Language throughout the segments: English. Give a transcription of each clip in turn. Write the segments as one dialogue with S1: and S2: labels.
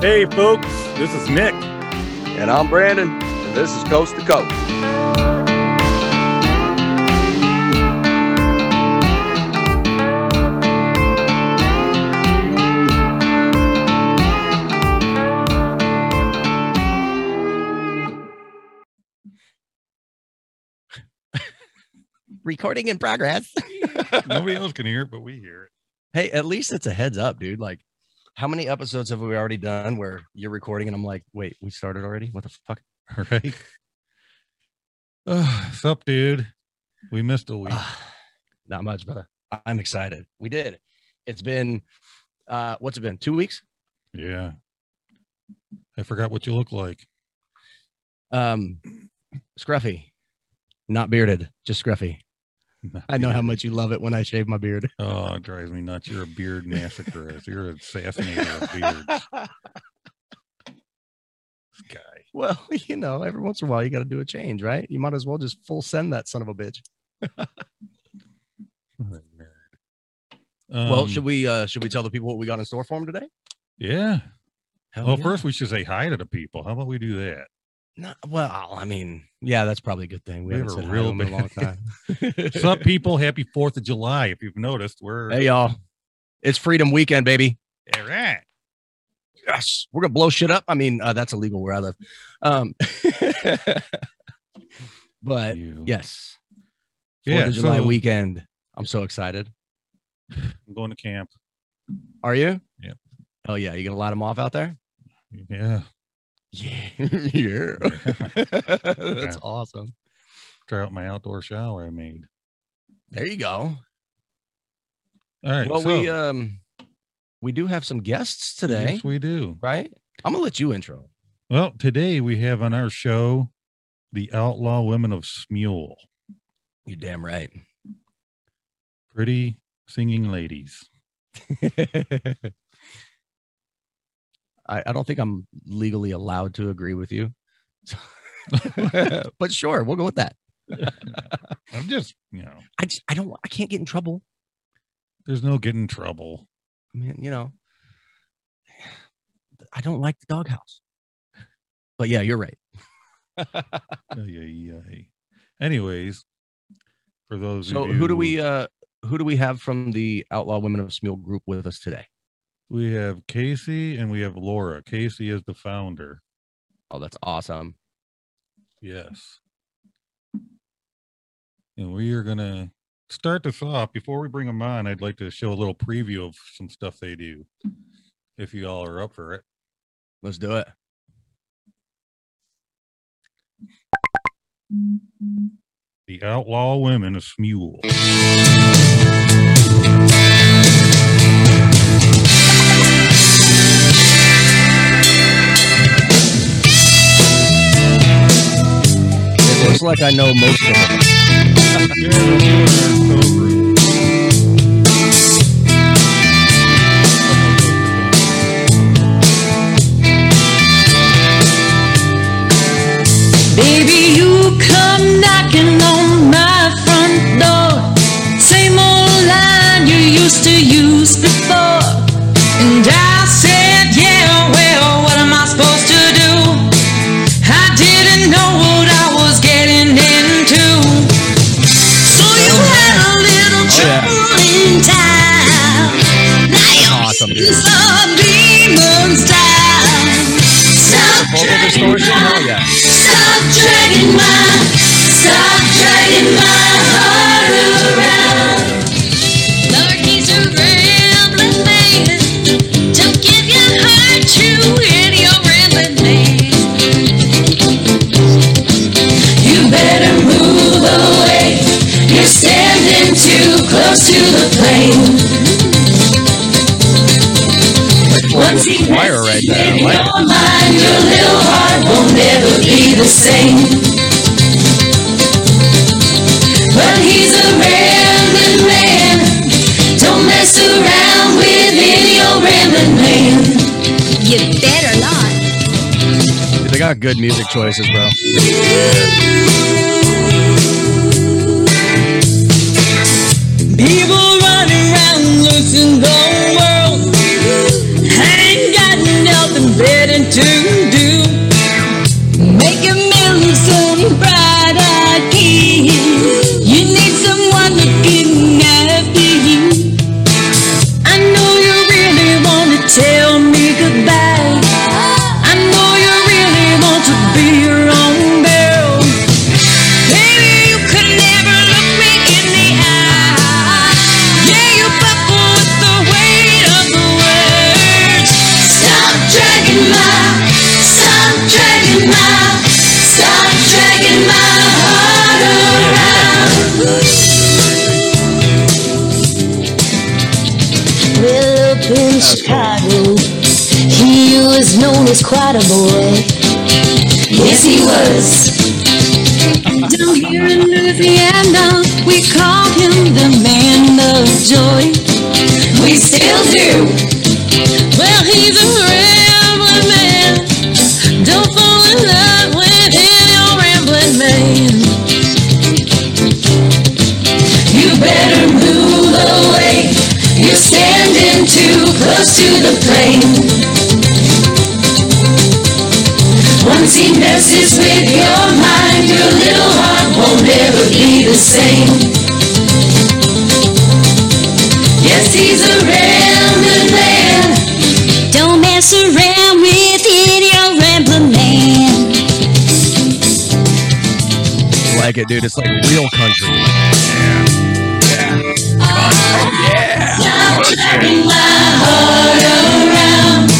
S1: Hey, folks, this is Nick.
S2: And I'm Brandon, and this is Coast to Coast.
S3: recording in progress.
S1: Nobody else can hear it, but we hear it.
S3: hey, at least it's a heads up, dude. Like, how many episodes have we already done where you're recording and I'm like, wait, we started already? What the fuck?
S1: All right. Ugh, sup, dude? We missed a week.
S3: Ah, not much, brother. I- I'm excited. We did. it. It's been, uh, what's it been? Two weeks?
S1: yeah. I forgot what you look like.
S3: Um, scruffy, not bearded, just scruffy. I know how much you love it when I shave my beard.
S1: Oh, it drives me nuts. You're a beard massacrist. You're an assassinator of beards. This guy.
S3: well, you know, every once in a while you got to do a change, right? You might as well just full send that son of a bitch.
S1: What a nerd. Um,
S3: well, should we uh should we tell the people what we got in store for them today?
S1: Yeah.
S3: Hell
S1: Well,
S3: Oh, yeah.
S1: first we should say hi to the people. How about we do that?
S3: No, well, I mean, yeah, that's probably a good thing. We
S1: We
S3: haven't
S1: were
S3: said
S1: real
S3: real in a long
S1: bad.
S3: time.
S1: Sup, people? Happy Fourth of July. If you've noticed, we're
S3: hey, y'all. It's Freedom Weekend, baby.
S1: all right.
S3: Yes, we're gonna blow shit up. I mean, uh, that's illegal where I live. Um, but
S1: You-
S3: yes, Fourth
S1: yeah.
S3: Uh, of July
S1: so
S3: weekend. I'm so excited.
S1: I'm going to camp.
S3: Are you?
S1: Yeah.
S3: Oh yeah, you gonna light them off out there?
S1: Yeah.
S3: Yeah, yeah. that's
S1: Yeah.
S3: awesome.
S1: Try out my outdoor shower I made.
S3: There you go.
S1: All right.
S3: well,
S1: so,
S3: we um, we do have some guests today,
S1: Yes, we do.
S3: right? I'm gonna let you intro.
S1: Well, today we have on our show the Outlaw Women of Smule.
S3: You damn right.
S1: Pretty singing ladies.
S3: I, I don't think I'm legally allowed to agree with you. but sure, we'll go with that.
S1: I'm just, you know,
S3: I just, I don't I can't get in trouble.
S1: there's no getting in trouble.
S3: I mean, you know, I don't like the doghouse. But yeah, you're right.
S1: Ay, ay, ay. Anyways, for those
S3: So who do we uh who do we have from the Outlaw Women of Smule group with us today?
S1: we have Casey and we have Laura. Casey is the founder.
S3: Oh, that's awesome.
S1: Yes. And we are going to start this off. Before we bring them on, I'd like to show a little preview of some stuff they do, if you all are up for it.
S3: Let's do it.
S1: The Outlaw Women of Smule.
S3: It looks like I know most of them.
S1: Yeah, they're doing their own tour group.
S4: Baby, you come knocking on my front door. Same old line you used to use before. And I said, yeah, well, what am I supposed to do? I didn't know what I was getting into. So you had a little
S3: Oh, yeah.
S4: trouble in time. Now you're
S3: Awesome, dude.
S4: some demon's time. Stop
S3: Vocal
S4: dragging
S3: distortion?
S4: my-
S3: Oh yeah.
S4: Stop dragging my, stop dragging my heart around. Lord, he's a rambling man. Don't give your heart to any old rambling man. You better move away. You're standing too close to the plane. Once he
S3: Choir right
S4: messes
S3: there. I
S4: in
S3: like it.
S4: your mind, your little heart will never be the same. But he's a rambling man. Don't mess around with any old rambling man. You better not.
S3: Dude, They got good music choices, bro.
S4: People running around loose in the world. I ain't got nothing better was quite a boy. Yes, he was. Down here in Louisiana, we call him the man of joy. We still do. Well, he's a rambling man. Don't fall in love with any old rambling man. You better move away. You're standing too close to the flame. Once he messes with your mind, your little heart won't ever be the same. Yes, he's a rambling man. Don't mess around with any old rambling man.
S3: like it, dude. It's like real country.
S4: Stop driving my heart around.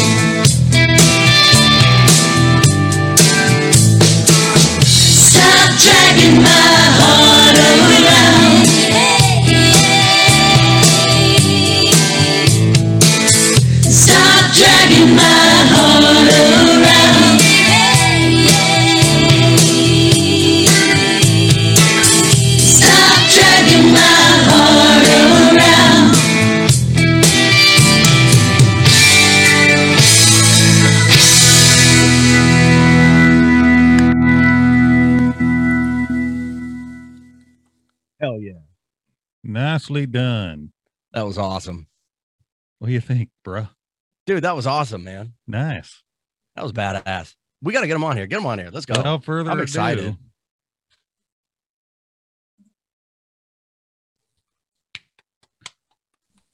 S4: Stop dragging my heart around. Stop dragging my heart around. Stop dragging my heart around.
S3: Hell yeah.
S1: Nicely done.
S3: That was awesome.
S1: What do you think, bruh?
S3: Dude, that was awesome, man.
S1: Nice.
S3: That was badass. We got to get him on here. Get him on here. Let's go.
S1: Without further
S3: Oh, I'm
S1: ado,
S3: excited.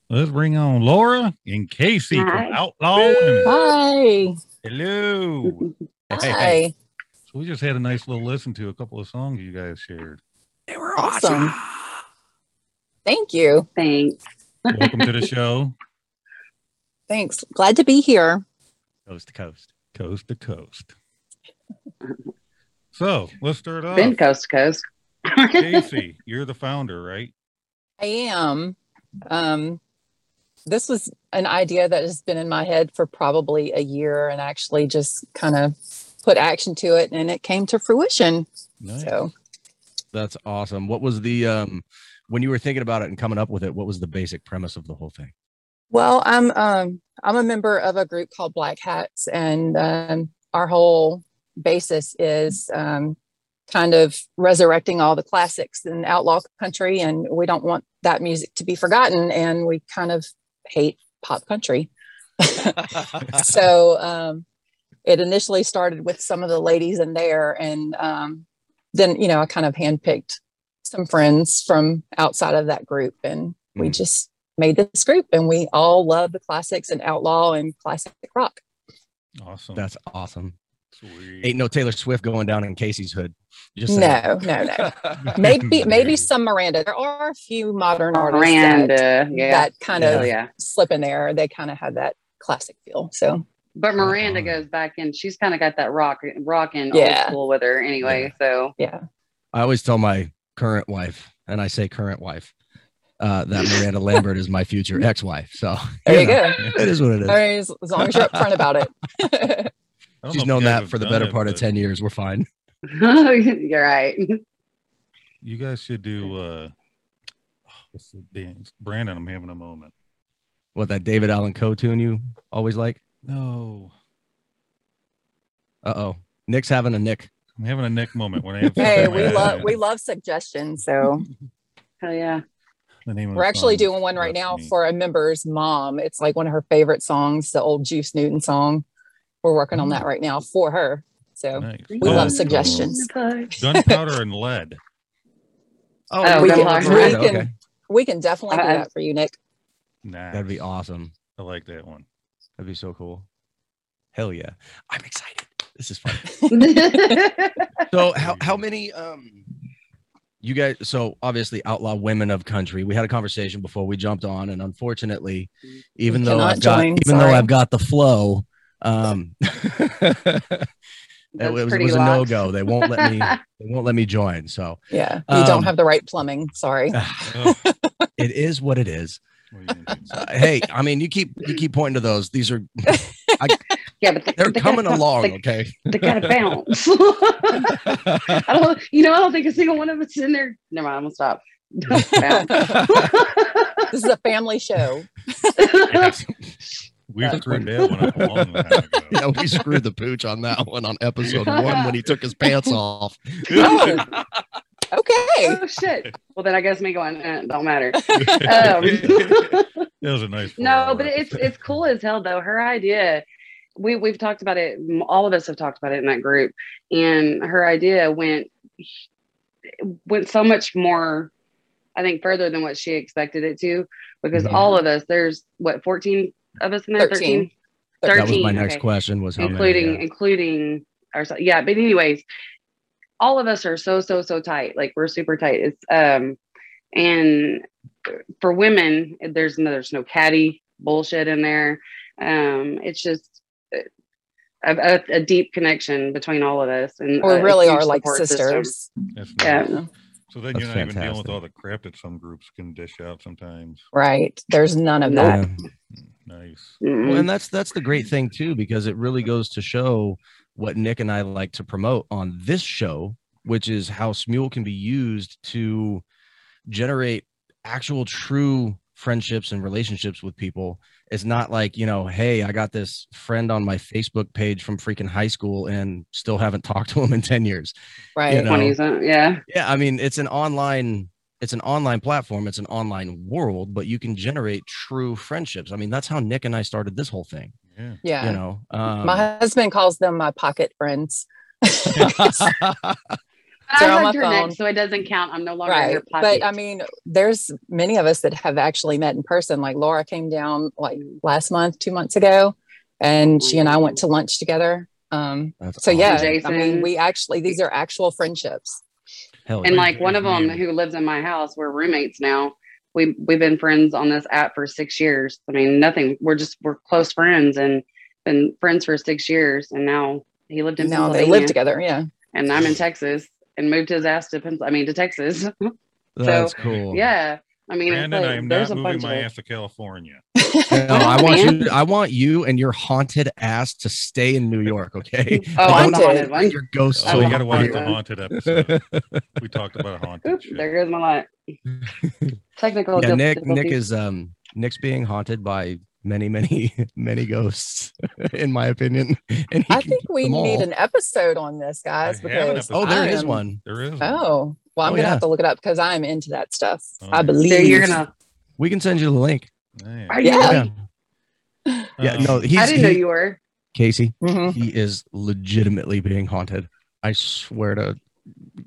S1: let's bring on Laura and Casey from
S5: Hi.
S1: Outlaw Women.
S5: Hi.
S1: Hello.
S3: Hey,
S5: Hi.
S3: hey.
S1: So we just had a nice little listen to a couple of songs you guys shared.
S3: They were
S5: Awesome. Thank you.
S6: Thanks.
S1: Welcome to the show,
S5: Thanks. Glad to be here.
S3: Coast to coast.
S1: coast to coast. So let's start off.
S6: Been coast to coast.
S1: Casey, you're the founder, right?
S5: I am. Um, this was an idea that has been in my head for probably a year and actually just kind of put action to it and it came to fruition.
S1: Nice.
S5: So
S3: That's awesome. What was the um when you were thinking about it and coming up with it? What was the basic premise of the whole thing?
S5: Well, I'm um, I'm a member of a group called Black Hats, and um, our whole basis is um, kind of resurrecting all the classics in outlaw country, and we don't want that music to be forgotten, and we kind of hate pop country. so um, it initially started with some of the ladies in there, and um, then you know I kind of handpicked some friends from outside of that group, and we
S3: Mm.
S5: just made this group, and we all love the classics and outlaw and classic rock.
S1: Awesome.
S3: That's awesome.
S1: sweet.
S3: Ain't no Taylor Swift going down in Casey's hood. Just saying.
S5: No, no, no. Maybe maybe some Miranda. There are a few modern artists that,
S6: Oh, Miranda. Yeah.
S5: that kind
S6: Oh,
S5: of
S6: yeah.
S5: slip in there. They kind of have that classic feel. So
S6: But Miranda
S3: Mhm.
S6: goes back in. She's kind of got that rock, rock and
S5: Yeah.
S6: old school with her anyway. So
S5: yeah,
S3: I always tell my current wife, and I say current wife, uh, that Miranda Lambert is my future ex-wife. So
S5: there you
S3: know,
S5: go.
S3: It is what it is.
S5: I mean, as, as long as you're upfront about it.
S1: I don't know
S3: She's
S1: if
S3: known
S1: you guys
S3: that
S1: have
S3: for the
S1: done
S3: better
S1: it,
S3: part of
S1: but
S3: ten years. We're fine.
S6: you're right.
S1: You guys should do. uh what's the dance? Brandon, I'm having a moment.
S3: What that David Allen Coe tune you always like?
S1: No,
S3: Uh oh, Nick's having a Nick.
S1: I'm having a neck moment when I have.
S5: hey,
S1: something in
S5: we
S1: my
S5: love
S1: head.
S5: we love suggestions. So
S6: Hell yeah.
S1: The name of
S5: we're
S1: the
S5: actually
S1: song
S5: doing one right
S1: left
S5: now
S1: me.
S5: for a member's mom. It's like one of her favorite songs, the old Juice Newton song. We're working on that right now for her. So
S1: Nice.
S5: we
S1: Oh,
S5: love
S1: it's
S5: suggestions.
S1: called Gunpowder and lead.
S6: Oh,
S5: we
S6: that
S5: can-
S6: Lars
S5: we
S6: Miranda,
S5: can- we can definitely do
S6: I- I-
S5: that for you, Nick.
S1: Nah,
S3: That'd be awesome.
S1: I like that one.
S3: That'd be so cool. Hell yeah, I'm excited. This is fun. so how how many um you guys so obviously outlaw women of country we had a conversation before we jumped on and unfortunately even
S5: We
S3: though
S5: cannot
S3: i've got
S5: join,
S3: even
S5: sorry.
S3: though i've got the flow um it
S6: That's
S3: was, it
S6: pretty
S3: was a
S6: locked.
S3: no-go they won't let me they won't let me join so
S5: Yeah, you don't
S3: Um,
S5: have the right plumbing. Sorry.
S1: Oh,
S3: it is what it is
S1: what are you gonna do?
S3: Uh, hey i mean you keep you keep pointing to those these are I,
S6: Yeah, but they,
S3: They're
S6: they gotta
S3: coming
S6: bounce.
S3: along,
S6: They,
S3: okay?
S6: they gotta bounce. I don't. You know, I don't think a single one of us in there. Never mind. I'm gonna stop. Bounce.
S5: This is a family show.
S1: We've screwed that one up a long time ago.
S7: Yeah, we screwed the pooch on that one on episode one when he took his pants off.
S5: Oh, okay.
S6: oh shit. Well, then I guess me going eh, don't matter. Um,
S1: It was a nice.
S6: No,
S1: four-hour
S6: but it's
S1: episode.
S6: it's cool as hell though. Her idea, we we've talked about it. m- All of us have talked about it in that group, and her idea went went so much more, I think, further than what she expected it to, because
S3: Mhm.
S6: all of us, there's what fourteen of us in there,
S5: Thirteen.
S6: thirteen,
S3: that was my next
S6: okay
S3: question was how
S6: including
S3: many, yeah.
S6: including ourselves. Yeah, but anyways, all of us are so so so tight. Like we're super tight. It's um, and for women, there's no there's no caddy bullshit in there. Um, it's just a, a, a deep connection between all of us, and
S5: We
S6: a
S5: really
S6: huge
S5: are like
S6: support system.
S5: sisters.
S1: That's
S6: Yeah.
S1: nice. So then
S3: That's
S1: you're not even dealing
S3: fantastic.
S1: with all the crap that some groups can dish out sometimes.
S5: Right. There's none of
S6: No.
S5: that.
S3: Yeah.
S1: Nice.
S6: Mm-mm.
S3: Well, and that's that's the great thing too, because it really goes to show what Nick and I like to promote on this show, which is how Smule can be used to generate actual true friendships and relationships with people. It's not like, you know, hey, I got this friend on my Facebook page from freaking high school and still haven't talked to him in 10 years.
S5: Right.
S3: You know.
S6: 20s, uh, yeah.
S3: Yeah, I mean, it's an online it's an online platform, it's an online world, but you can generate true friendships. I mean, that's how Nick and I started this whole thing
S1: Yeah.
S5: Yeah.
S3: you know um,
S5: my husband calls them my pocket friends.
S6: I
S5: They're on
S6: hugged
S5: my
S6: her
S5: phone.
S6: neck, so it doesn't count. I'm no longer in
S5: right.
S6: your pocket.
S5: But I mean, there's many of us that have actually met in person. Like Laura came down like last month, two months ago, and she and I went to lunch together. Um,
S3: that's
S5: so yeah,
S3: awesome.
S5: I
S6: Jason.
S5: mean, we actually these are actual friendships.
S3: Hell
S6: and
S3: yeah.
S6: like one of them who lives in my house we're roommates now we we've been friends on this app for six years i mean nothing we're just we're close friends and been friends for six years and now he lived in
S5: Now they
S6: Pennsylvania
S5: live together. Yeah.
S6: and i'm in texas and moved his ass to Pens- i mean to texas
S3: that's cool
S6: yeah i mean it's
S1: Brandon,
S6: like,
S1: I am
S6: there's
S1: not
S6: a
S1: moving
S6: bunch of
S1: my
S6: us.
S1: ass to California.
S3: No, i
S6: Oh,
S3: want
S6: man.
S3: you i want you and your haunted ass to stay in new york okay
S6: oh i'm
S5: Haunted.
S6: haunted one
S3: Bring your ghost
S1: So
S3: soul
S1: we got to watch
S3: over
S1: the
S6: yeah.
S1: haunted episode. We talked about haunted
S6: Oop,
S1: shit.
S6: there goes my light technical
S3: here. yeah, nick nick
S6: difficulties.
S3: is um nick's being haunted by many many many ghosts in my opinion and he
S5: I
S3: can
S5: think
S3: keep
S5: we
S3: them all.
S5: need an episode on this, guys,
S1: I have an
S5: because
S3: oh there
S5: I
S3: is
S5: am-
S3: one
S1: There is. one.
S5: Oh, well, I'm
S3: Oh,
S5: gonna
S3: yeah.
S5: have to look it up because I'm into that stuff.
S1: Oh, yeah.
S5: I believe
S6: so you're gonna
S3: we can send you the link
S1: Man.
S6: are you
S5: Yeah.
S6: really-
S3: yeah
S1: Um,
S3: no he's
S6: Oh, i didn't know
S3: he-
S6: you were
S3: casey
S5: Mhm.
S6: Mm-hmm.
S3: he is legitimately being haunted i swear to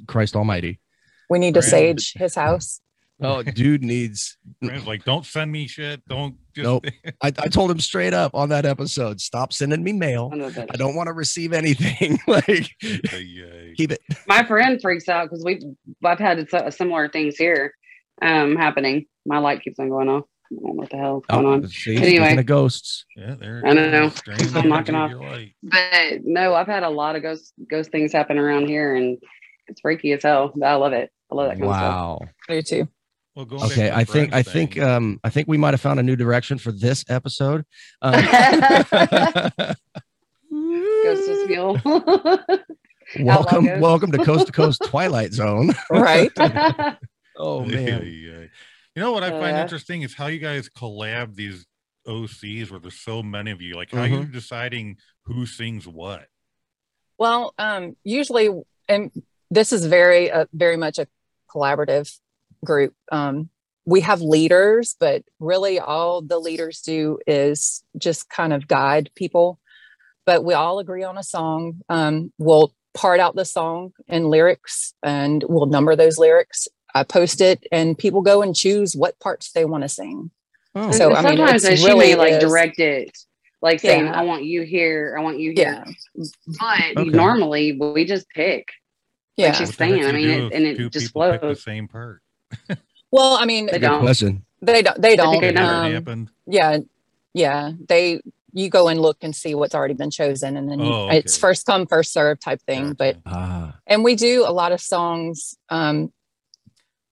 S3: christ almighty
S5: We need to
S1: Brandon.
S5: sage his house.
S3: oh dude needs
S1: Brandon's like, don't send me shit. Don't just.
S3: Nope. I, I told him straight up on that episode, stop sending me mail.
S6: I know that.
S3: I don't want to receive anything. like
S1: Yay.
S3: keep it.
S6: my friend freaks out because we've I've had so, similar things here um happening. My light keeps on going off. I don't know what the hell's
S3: Oh.
S6: going on.
S3: see,
S6: Anyway.
S3: speaking of ghosts.
S1: Yeah, there
S6: I don't know.
S1: Strange
S6: I'm knocking
S1: energy of your light.
S6: But no, I've had a lot of ghost ghost things happen around here and it's freaky as hell. But I love it. I love that kind of stuff.
S3: Wow.
S5: I do too.
S1: Well, going back
S3: Okay,
S1: to the
S3: I think I
S1: friends
S3: think
S1: thing,
S3: um I think we might have found a new direction for this episode. Um,
S6: Ghost is fuel.
S3: welcome,
S6: ghosts.
S3: welcome to Coast to Coast Twilight Zone.
S5: Right.
S3: Oh
S1: Yeah,
S3: man,
S1: yeah. You know what I
S6: Oh,
S1: find
S6: yeah.
S1: interesting is how you guys collab these OCs where there's so many of you. Like how
S3: Mm-hmm.
S1: you're deciding who sings what.
S5: Well, um, usually, and this is very, uh, very much a collaborative group. Um, we have leaders, but really all the leaders do is just kind of guide people. But we all agree on a song. Um, we'll part out the song in lyrics and we'll number those lyrics. I post it and people go and choose what parts they want to sing.
S3: Oh,
S5: So, I mean,
S6: sometimes
S5: it's
S6: she
S5: really
S6: may like
S5: is-
S6: direct it, like saying,
S5: Yeah.
S6: I want you here, I want you here.
S5: Yeah.
S6: But
S3: Okay.
S6: normally we just pick.
S5: Yeah.
S6: she's- Just
S1: What the heck
S6: saying, I
S1: do you
S6: mean,
S1: do
S6: it-
S1: if
S6: and it
S1: two
S6: just
S1: people pick the
S6: flows.
S1: same part.
S5: well, I mean,
S6: They
S3: good
S6: don't.
S3: question.
S5: they don't, they
S6: think
S5: don't.
S6: I
S1: It never
S5: um,
S1: happened.
S5: yeah yeah they you go and look and see what's already been chosen and then you-
S1: Oh, okay.
S5: it's first come first serve type thing but
S1: Gotcha.
S3: Ah,
S5: and we do a lot of songs um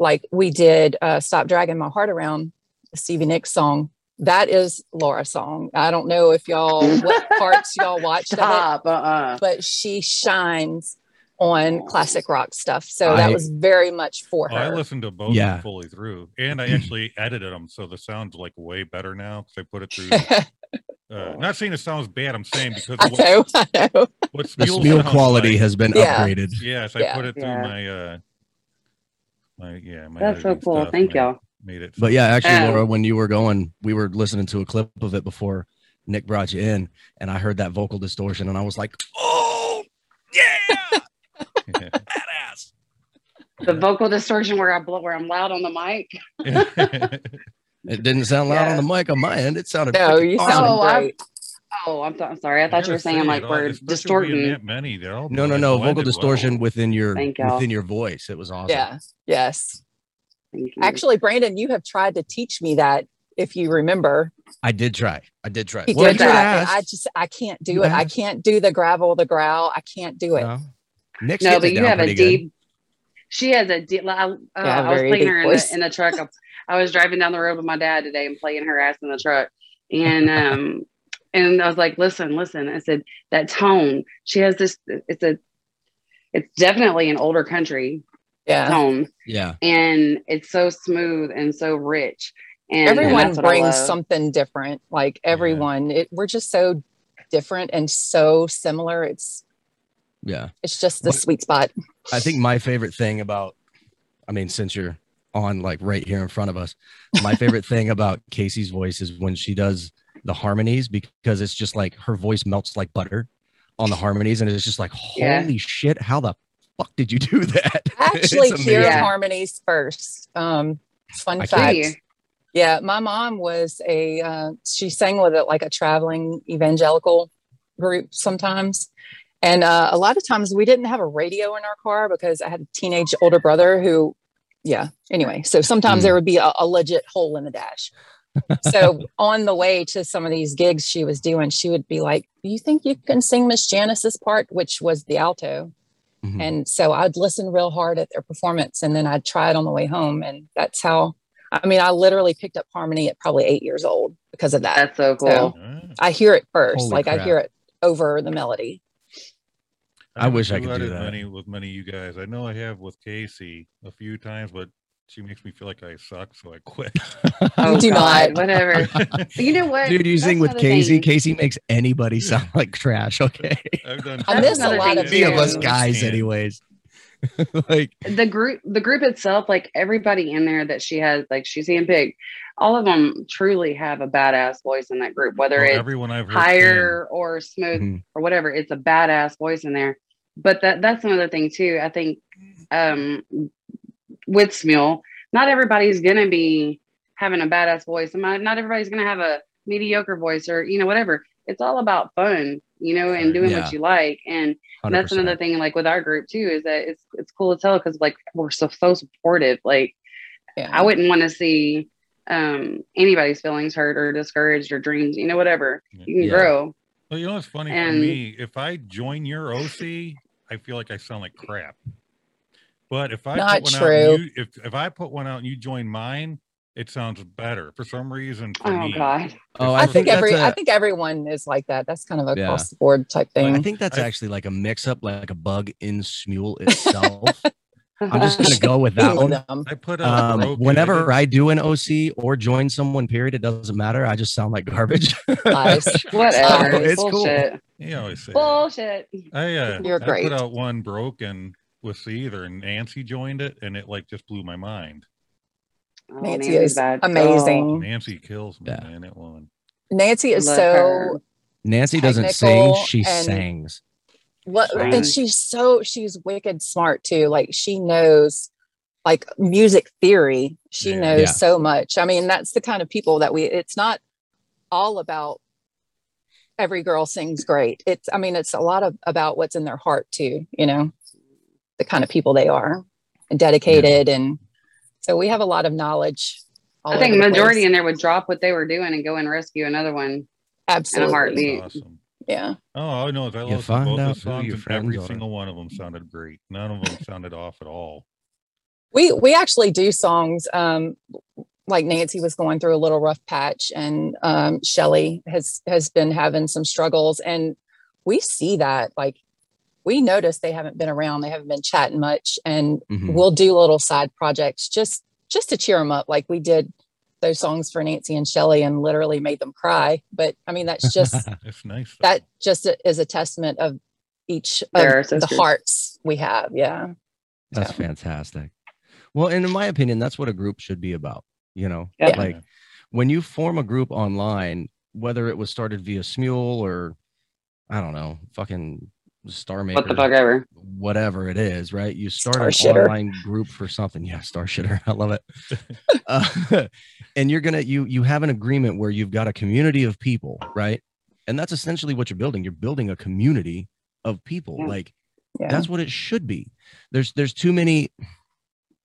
S5: like we did uh stop dragging my heart around the stevie nicks song that is Laura's song. I don't know if y'all what parts y'all watched of it,
S6: Stop. Uh-uh.
S5: but she shines on classic rock stuff. So
S3: I-
S5: that was very much for
S1: Oh, I
S5: her.
S1: listened to both of them
S3: Yeah.
S1: fully through, and I actually edited them, so the sound's like way better now because I put it through. Uh, not saying it sounds bad. I'm saying because
S5: I
S1: of what,
S5: know, I know.
S1: what
S3: The
S1: Spiel
S3: smell
S1: sounds
S3: quality
S1: like.
S3: has been
S5: Yeah.
S3: upgraded.
S1: Yes, I
S5: Yeah.
S1: put it through
S6: Yeah.
S1: my uh my yeah, my
S6: That's so
S1: editing
S6: cool.
S1: stuff
S6: Thank
S1: and I
S6: y'all.
S1: Made it.
S3: But yeah, actually,
S6: Um,
S3: Laura, when you were going, we were listening to a clip of it before Nick brought you in, and I heard that vocal distortion, and I was like, "Oh, yeah,
S1: Yeah.
S3: badass!"
S6: The vocal distortion where I blow where I'm loud on the mic.
S3: It didn't sound loud on
S6: Yeah.
S3: the mic on my end. It sounded
S5: No,
S3: freaking
S5: you
S3: awesome.
S5: sound
S6: Oh, I-
S5: great.
S6: Oh, I'm, so, I'm sorry. I thought you
S1: gotta
S6: were saying
S1: say
S6: like
S1: it,
S6: we're
S1: especially being
S6: distorting.
S1: That many, they're all
S3: no, no,
S1: blend-
S3: no, vocal
S1: blended well.
S3: distortion within your
S6: Thank y'all.
S3: within your voice. It was awesome.
S5: Yeah. Yes.
S6: Thank you.
S5: Actually, Brandon, you have tried to teach me that if you remember.
S3: I did try. I did try.
S5: He
S3: Well,
S5: did
S3: you
S5: that. and
S3: asked.
S5: I just I can't do
S3: You
S5: it. I
S3: asked.
S5: can't do the gravel, the growl. I can't do it.
S3: No. Nick's
S6: no,
S3: getting
S6: but
S3: it
S6: you
S3: down
S6: have a
S3: pretty good.
S6: deep. She has a deep. I, uh,
S5: Yeah,
S6: I was
S5: very
S6: playing
S5: deep
S6: her in the,
S5: voice.
S6: in the truck. I was driving down the road with my dad today and playing her ass in the truck, and um, and I was like, "Listen, listen." I said that tone. She has this. It's a. It's definitely an older country
S5: Yeah.
S6: tone,
S3: Yeah.
S6: and it's so smooth and so rich. And
S5: everyone
S6: that's what I
S5: brings
S6: love.
S5: something different. Like everyone, it, we're just so different and so similar. It's
S3: Yeah.
S5: it's just the
S3: What-
S5: sweet spot.
S3: I think my favorite thing about, I mean, since you're on like right here in front of us, my favorite thing about Casey's voice is when she does the harmonies because it's just like her voice melts like butter on the harmonies. And it's just like, holy
S6: Yeah.
S3: shit, how the fuck did you do that?
S5: I
S3: It's
S5: actually
S3: amazing.
S5: hear
S3: harmonies
S5: harmonies first. Um, fun
S3: I
S5: fact.
S6: Hey,
S5: Yeah, my mom was a uh, she sang with it like a traveling evangelical group sometimes, and uh, a lot of times we didn't have a radio in our car because I had a teenage older brother who, yeah. Anyway, so sometimes there would be a, a legit hole in the dash. so on the way to some of these gigs she was doing, she would be like, "Do you think you can sing Miss Janice's part?" Which was the alto,
S3: Mhm.
S5: and so I'd listen real hard at their performance and then I'd try it on the way home. And that's how, I mean, I literally picked up harmony at probably eight years old because of that.
S6: that's so cool.
S5: So-
S1: Ah,
S5: I hear it first,
S3: Holy
S5: like I
S3: crap.
S5: hear it over the melody.
S3: I wish I
S1: haven't
S3: could do
S1: duetted
S3: that.
S1: Many with many of you guys. I know I have with Casey a few times, but she makes me feel like I suck, so I quit.
S6: Oh,
S5: do
S6: God,
S5: not.
S6: Whatever. You know what?
S3: Dude, you
S6: That's
S3: sing with
S6: another
S3: Casey.
S6: thing.
S3: Casey makes anybody sound like trash. Okay.
S1: I've done.
S5: I miss a
S1: tons
S5: lot of
S1: gigs
S3: Mm-hmm. Any of us
S1: and
S3: guys,
S1: can't.
S3: anyways. like,
S6: the group the group itself like everybody in there that she has like she's handpicked all of them truly have a badass voice in that group whether
S1: Well,
S6: it's
S1: Oh, everyone I've heard
S6: higher or smooth
S3: Mhm.
S6: or whatever it's a badass voice in there but that that's another thing too i think um with smule not everybody's gonna be having a badass voice and not not everybody's gonna have a mediocre voice or you know whatever it's all about fun you know and doing
S3: Yeah.
S6: what you like and and that's
S3: 100%.
S6: another thing like with our group too is that it's it's cool to tell because like we're so so supportive like
S5: Yeah.
S6: i wouldn't want to see um anybody's feelings hurt or discouraged or dreams you know whatever you can
S3: Yeah.
S6: grow
S1: Well, you know what's funny for
S6: And-
S1: me? If I join your OC, I feel like I sound like crap. But if I
S5: Not
S1: put one
S5: true.
S1: out, and you, if if I put one out and you join mine, it sounds better for some reason. For
S6: oh
S1: me.
S6: god
S3: Oh,
S5: I think
S3: that's
S5: every,
S3: a-
S5: I think everyone is like that. That's kind of a
S3: Yeah.
S5: across the board type
S3: But
S5: thing.
S3: I think that's
S1: I-
S3: actually like a mix up, like a bug in Smule itself. I'm just going to go with that
S5: Feel
S3: one.
S5: them.
S1: I put out
S3: Um,
S1: Heroku, I
S3: whenever
S1: did-
S3: I do an OC or join someone, period, it doesn't matter. I just sound like garbage.
S5: Lies.
S6: whatever
S5: Oh,
S3: it's cool.
S6: bullshit
S1: you always say that.
S6: bullshit Oh,
S1: I uh,
S5: You're
S1: I
S5: great.
S1: put out one broken with Seether and Nancy joined it, and it like just blew my mind.
S6: Oh,
S5: Nancy
S6: Nancy's
S5: is
S6: bad. Oh.
S5: amazing.
S1: Nancy kills me,
S3: Yeah.
S1: man. That one.
S5: Nancy is
S6: Love
S5: so
S6: her.
S3: Nancy doesn't sing,
S5: Technical
S3: she
S5: and-
S3: sings.
S5: What
S6: Right.
S5: and she's so she's wicked smart too. Like she knows like music theory. She
S1: Yeah.
S5: knows
S3: Yeah.
S5: so much. I mean, that's the kind of people that we it's not all about every girl sings great. It's I mean, it's a lot of about what's in their heart too, you know, the kind of people they are and dedicated and so we have a lot of knowledge. all
S6: i think
S5: over the
S6: majority
S5: place.
S6: in there would drop what they were doing and go and rescue another one
S5: absolutely
S1: That's
S6: heartbeat. Yeah.
S1: awesome.
S5: Yeah.
S1: Oh, all I know is I
S3: You
S1: listened to
S3: find
S1: both the
S3: out who
S1: songs,
S3: your
S1: and every
S3: friends are.
S1: single one of them sounded great. None of them sounded off at all.
S5: We we actually do songs. Um, like Nancy was going through a little rough patch, and um, Shelly has has been having some struggles, and we see that. Like we notice they haven't been around, they haven't been chatting much, and
S3: Mhm.
S5: we'll do little side projects just just to cheer them up, like we did those songs for Nancy and Shelly, and literally made them cry. But I mean, that's just
S1: It's nice. though.
S5: that just is a testament of each of
S6: They're our
S5: the
S6: sisters.
S5: hearts we have. Yeah.
S3: That's
S5: So.
S3: fantastic. Well, and in my opinion, that's what a group should be about. You know,
S6: Yeah.
S3: like when you form a group online, whether it was started via Smule or I don't know, fucking Star Maker,
S6: What the fuck ever. Oh,
S3: whatever it is, right? You start
S5: Star
S3: an
S5: shitter.
S3: online group for something. Yeah, Star Shitter. I love it. Uh, and you're gonna you you have an agreement where you've got a community of people, right? And that's essentially what you're building. You're building a community of people.
S6: Yeah.
S3: Like
S5: Yeah.
S3: that's what it should be there's there's too many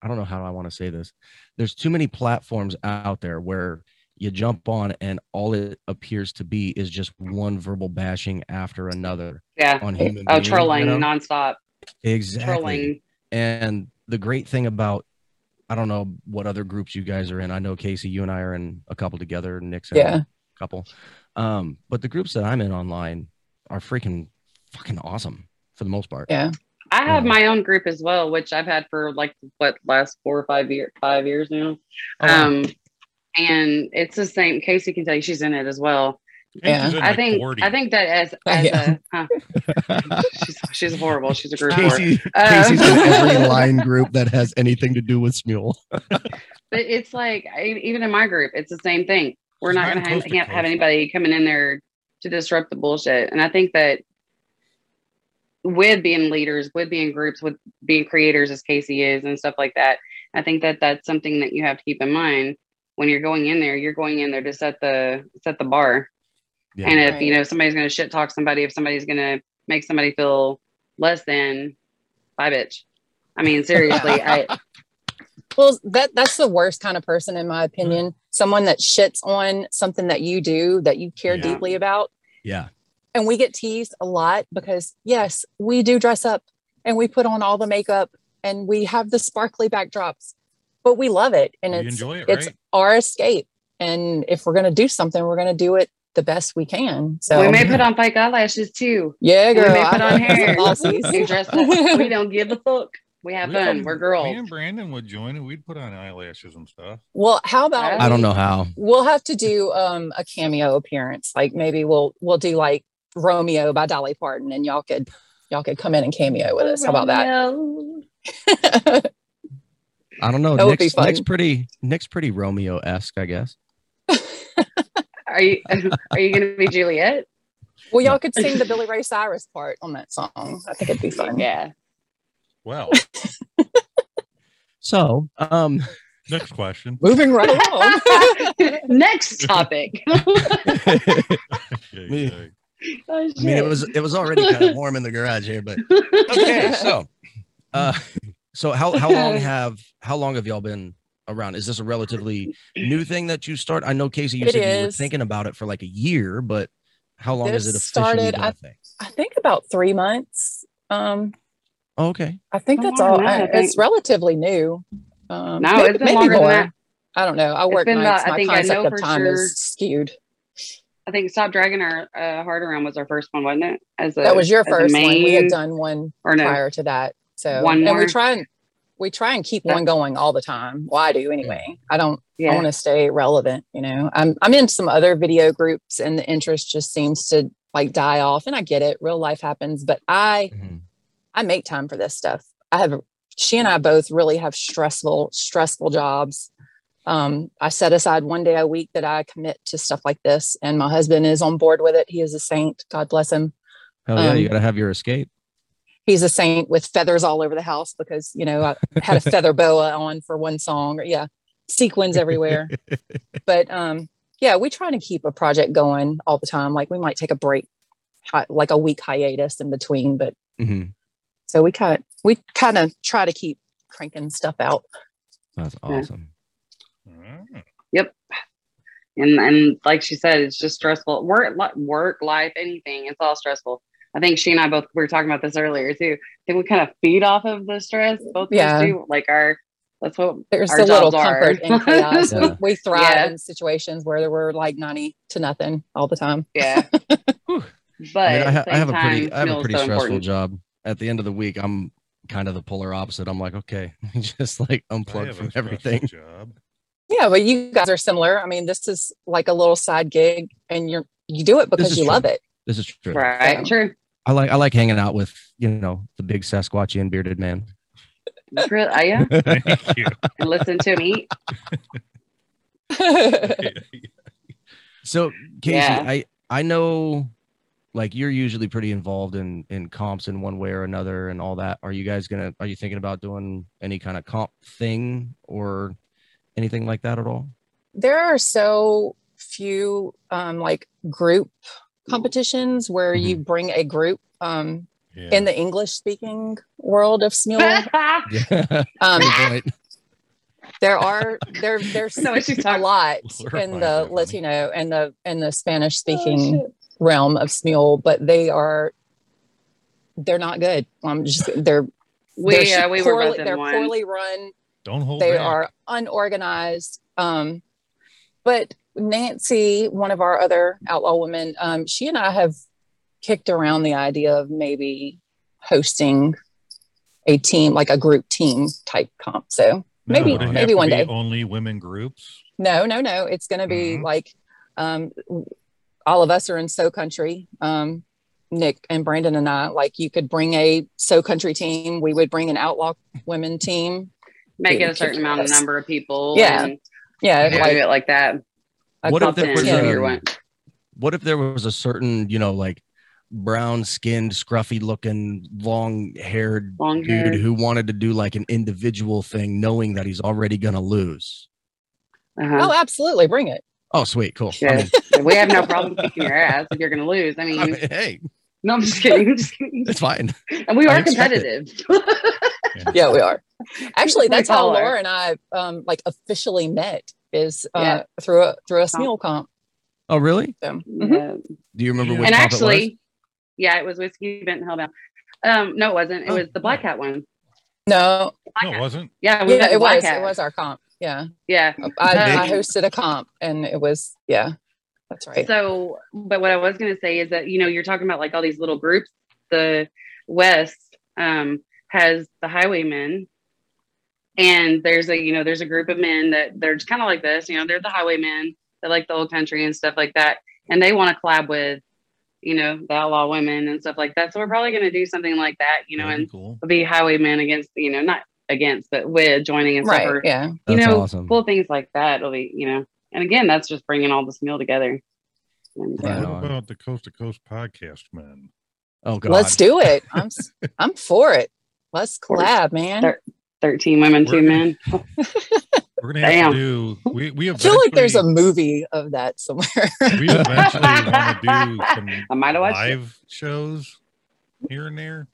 S3: i don't know how i want to say this there's too many platforms out there where you jump on and all it appears to be is just one verbal bashing after another
S6: Yeah.
S3: on human
S6: Oh,
S3: beings, you
S6: trolling
S3: know?
S6: nonstop.
S3: exactly
S6: Trolling.
S3: and the great thing about i don't know what other groups you guys are in i know casey you and i are in a couple together nick's in
S5: Yeah.
S3: a couple um but the groups that i'm in online are freaking fucking awesome for the most part
S5: Yeah.
S6: I have
S7: Mm-hmm.
S3: Yeah.
S6: my own group as well, which I've had for like what last four or five year five years now.
S3: Oh, wow.
S6: Um, and it's the same. Casey can tell you she's in it as well.
S1: Angel's in,
S6: I
S1: like,
S6: think
S1: 40.
S6: I think that as
S5: Oh,
S6: as
S5: yeah.
S6: a huh. she's, she's horrible. She's a group whore.
S7: Casey,
S5: Um,
S6: Uh,
S7: Casey's in every line group that has anything to do with Smule.
S6: But it's like I, even in my group, it's the same thing. We're
S1: It's
S6: not
S1: not
S6: going to
S1: close
S6: have,
S1: to
S6: can't have
S1: close.
S6: anybody coming in there to disrupt the bullshit. And I think that with being leaders, with being groups, with being creators as Casey is and stuff like that, I think that that's something that you have to keep in mind when you're going in there. You're going in there to set the set the bar.
S3: Yeah.
S6: And if you
S5: Right.
S6: know somebody's going to shit talk somebody, if somebody's going to make somebody feel less than, bye bitch. I mean, seriously, I
S5: Well, that that's the worst kind of person, in my
S1: Mm-hmm.
S5: opinion. Someone that shits on something that you do that you care
S1: Yeah.
S5: deeply about,
S3: yeah
S5: and we get teased a lot because yes, we do dress up and we put on all the makeup and we have the sparkly backdrops, but we love it and
S1: You
S5: it's
S1: enjoy it,
S5: it's
S1: right?
S5: our escape. And if we're gonna do something, we're gonna do it the best we can. So
S6: we may put on fake eyelashes too.
S5: yeah,
S6: we
S5: girl,
S6: may put
S5: I-
S6: on hair.
S5: Aussies.
S6: We dress up. We don't give a fuck. We have
S1: We
S6: fun.
S1: would-
S6: We're
S1: Me
S6: girls.
S1: and Brandon would join and we'd put on eyelashes and stuff.
S5: Well, how about
S3: i don't
S5: we-
S3: know how
S5: we'll have to do um a cameo appearance like maybe we'll we'll do like romeo by dolly parton and y'all could y'all could come in and cameo with us how about that
S6: Romeo.
S3: I don't know.
S5: That would
S3: Nick's,
S5: be fun.
S3: Nick's pretty Nick's pretty Romeo esque, I guess.
S6: Are you are you gonna be Juliet?
S5: well y'all could sing the billy ray cyrus part on that song i think it'd be fun
S6: Yeah.
S1: Wow.
S3: So, um,
S1: Next question.
S5: moving right along
S3: Oh.
S6: Next topic.
S3: I
S1: Okay,
S3: Me-
S1: okay.
S6: Oh,
S3: mean, it
S6: shit.
S3: was it was already kind of warm in the garage here, but okay. So, uh, so how how long have how long have y'all been around? Is this a relatively new thing that you start? I know Casey, you
S5: It
S3: said you were
S5: is.
S3: thinking about it for like a year, but how long has it
S5: This
S3: officially
S5: started-
S3: been a
S5: I-
S3: thing?
S5: i think about three months um
S3: Oh, okay,
S5: i think
S6: Oh,
S5: that's
S6: more
S5: all
S6: than that,
S5: I-
S6: I
S5: it's
S6: think.
S5: relatively new um
S6: No,
S5: maybe,
S6: it's been
S5: maybe
S6: longer than
S5: more.
S6: that.
S5: i don't know i work
S6: been
S5: nights
S6: about- I
S5: my
S6: think I
S5: concept
S6: know
S5: of
S6: for
S5: time
S6: sure-
S5: is skewed
S6: I think Stop Dragging Our uh, Heart Around was our first one, wasn't it? As a,
S5: that was your
S6: as a
S5: first one we
S6: main-
S5: had done one
S6: or no?
S5: prior to that. So
S6: One
S5: and
S6: more?
S5: we try and we try and keep one going all the time. Well, I do anyway. I don't I
S6: yeah.
S5: want to stay relevant, you know. I'm I'm in some other video groups and the interest just seems to like die off and I get it. Real life happens, but I
S3: Mhm.
S5: I make time for this stuff. I have she and I both really have stressful stressful jobs. Um, I set aside one day a week that I commit to stuff like this, and my husband is on board with it. He is a saint. God bless him
S3: hell yeah,
S5: Um,
S3: you gotta have your escape.
S5: he's a saint with feathers all over the house because you know I had a feather boa on for one song or yeah sequins everywhere but um yeah we try to keep a project going all the time like we might take a break hi- like a week hiatus in between but
S3: hmm
S5: so we kind of we kind of try to keep cranking stuff out
S3: That's awesome.
S1: Mm.
S6: Yep. And and like she said, it's just stressful. Work, li- work, life, anything. It's all stressful. I think she and I both we were talking about this earlier too. I think we kind of feed off of the stress. Both of
S5: Yeah.
S6: us do. Like our That's what
S5: There's
S6: Our
S5: a little
S6: jobs are.
S5: comfort in chaos.
S3: Yeah.
S5: we, we thrive
S6: Yeah.
S5: in situations where there were like 90 to nothing all the time.
S6: yeah. but
S3: I, mean, I, ha- I
S6: same
S3: have a pretty,
S6: time,
S3: I have a
S6: meals
S3: pretty
S6: so
S3: stressful
S6: important.
S3: job. At the end of the week, I'm kind of the polar opposite. I'm like, okay, just like
S1: I
S3: unplug
S1: have
S3: from
S1: a stressful
S3: everything.
S1: Job.
S5: Yeah, but you guys are similar. I mean, this is like a little side gig and you're you do it because
S3: is
S5: you
S3: true.
S5: love it.
S3: This is true.
S6: Right.
S5: Yeah.
S6: True.
S3: I like, I like hanging out with you know the big Sasquatchian bearded man.
S6: Really, I am.
S1: Thank you.
S6: And listen to me.
S3: So Casey,
S6: Yeah.
S3: I I know like you're usually pretty involved in in comps in one way or another and all that. Are you guys gonna are you thinking about doing any kind of comp thing or anything like that at all?
S5: there are so few um, like group competitions where you bring a group um,
S1: Yeah.
S5: in the English speaking world of Smule.
S6: I
S3: Yeah.
S5: Um,
S7: Good point.
S5: there are there there's
S6: know what she's
S5: a
S6: talking
S5: lot
S1: Lord,
S5: in
S1: why is
S5: the
S1: that funny?
S5: Latino and the and the
S6: Oh,
S5: Spanish
S3: Oh,
S5: speaking realm of Smule, but they are they're not good. I'm just they're they're
S6: We, uh, we were
S5: poorly,
S6: both in
S5: they're
S6: one.
S5: poorly run.
S1: Don't hold
S5: they
S1: back.
S5: are unorganized um but nancy one of our other outlaw women um she and i have kicked around the idea of maybe hosting a team like a group team type comp so
S1: Now,
S5: maybe-
S1: would it have
S5: maybe
S1: to
S5: one
S1: be
S5: day.
S1: Only women groups.
S5: no no no it's going to be
S1: Mhm.
S5: like um all of us are in so country um nick and brandon and i like you could bring a so country team we would bring an outlaw women team
S6: Make it a certain amount of number of people.
S5: Yeah.
S6: and
S5: yeah,
S6: do
S5: like
S6: it like that.
S5: a
S3: What if
S5: comp
S3: there
S6: Something
S3: was
S5: team.
S6: if
S3: a-
S6: you're
S3: um,
S6: one.
S3: What if there was a certain, you know, like brown skinned, scruffy looking, long haired
S6: Long-haired.
S3: dude who wanted to do like an individual thing knowing that he's already gonna lose?
S6: Uh-huh.
S5: oh absolutely bring it
S3: Oh sweet, cool. I
S6: Yeah.
S3: mean-
S6: we have no problem kicking your ass if you're going to lose. I mean,
S3: I mean, hey,
S6: no, I'm just kidding. I'm just kidding.
S3: it's fine.
S6: And we
S3: I
S6: are
S3: expect
S6: competitive.
S5: yeah, we are. Actually,
S6: We
S5: that's how
S6: all are.
S5: Laura and I um, like officially met is uh,
S6: Yeah.
S5: through a through a
S6: Comp. Mm-hmm.
S5: Smule comp.
S3: Oh really?
S5: So, mhm.
S6: Yeah.
S3: Do you remember
S1: Yeah.
S3: which
S6: and
S3: comp it was?
S6: actually, yeah, it was whiskey event in Hellbound. Um, no, it wasn't. It
S3: Oh.
S6: was the Black Hat one.
S5: No,
S1: No, it wasn't.
S6: Yeah, we
S5: yeah,
S6: had the
S5: it
S6: Black
S5: was
S6: Hat.
S5: it was our comp. Yeah,
S6: Yeah.
S5: I, I
S6: Nick?
S5: hosted a comp and it was yeah, that's right.
S6: So, but what I was going to say is that you know you're talking about like all these little groups. The West um, has the Highwaymen, and there's a you know there's a group of men that they're just kind of like this. You know, they're the Highwaymen. They like the old country and stuff like that, and they want to collab with you know the outlaw women and stuff like that. So we're probably going to do something like that. You
S5: Mm-hmm.
S6: know,
S1: That'd be cool.
S6: and be Highwaymen against you know not against but with joining and stuff.
S5: right,
S6: or,
S5: yeah,
S6: you
S3: That's
S6: know,
S3: awesome.
S6: cool things like that. It'll be, you know, and again, that's just bringing all this meal together. And, uh,
S3: Right
S1: What
S3: on.
S1: about the Coast to Coast podcast, man?
S3: Oh god.
S5: let's do it. I'm s- I'm for it. Let's
S6: course.
S5: collab, man.
S6: There- 13 women, two
S1: We're-
S6: men.
S1: We're gonna have
S6: Damn.
S1: to do. We we
S5: I feel like there's a
S1: eventually-
S5: movie of that somewhere.
S1: we eventually want to do some
S6: I might have watched it.
S1: live shows here and there.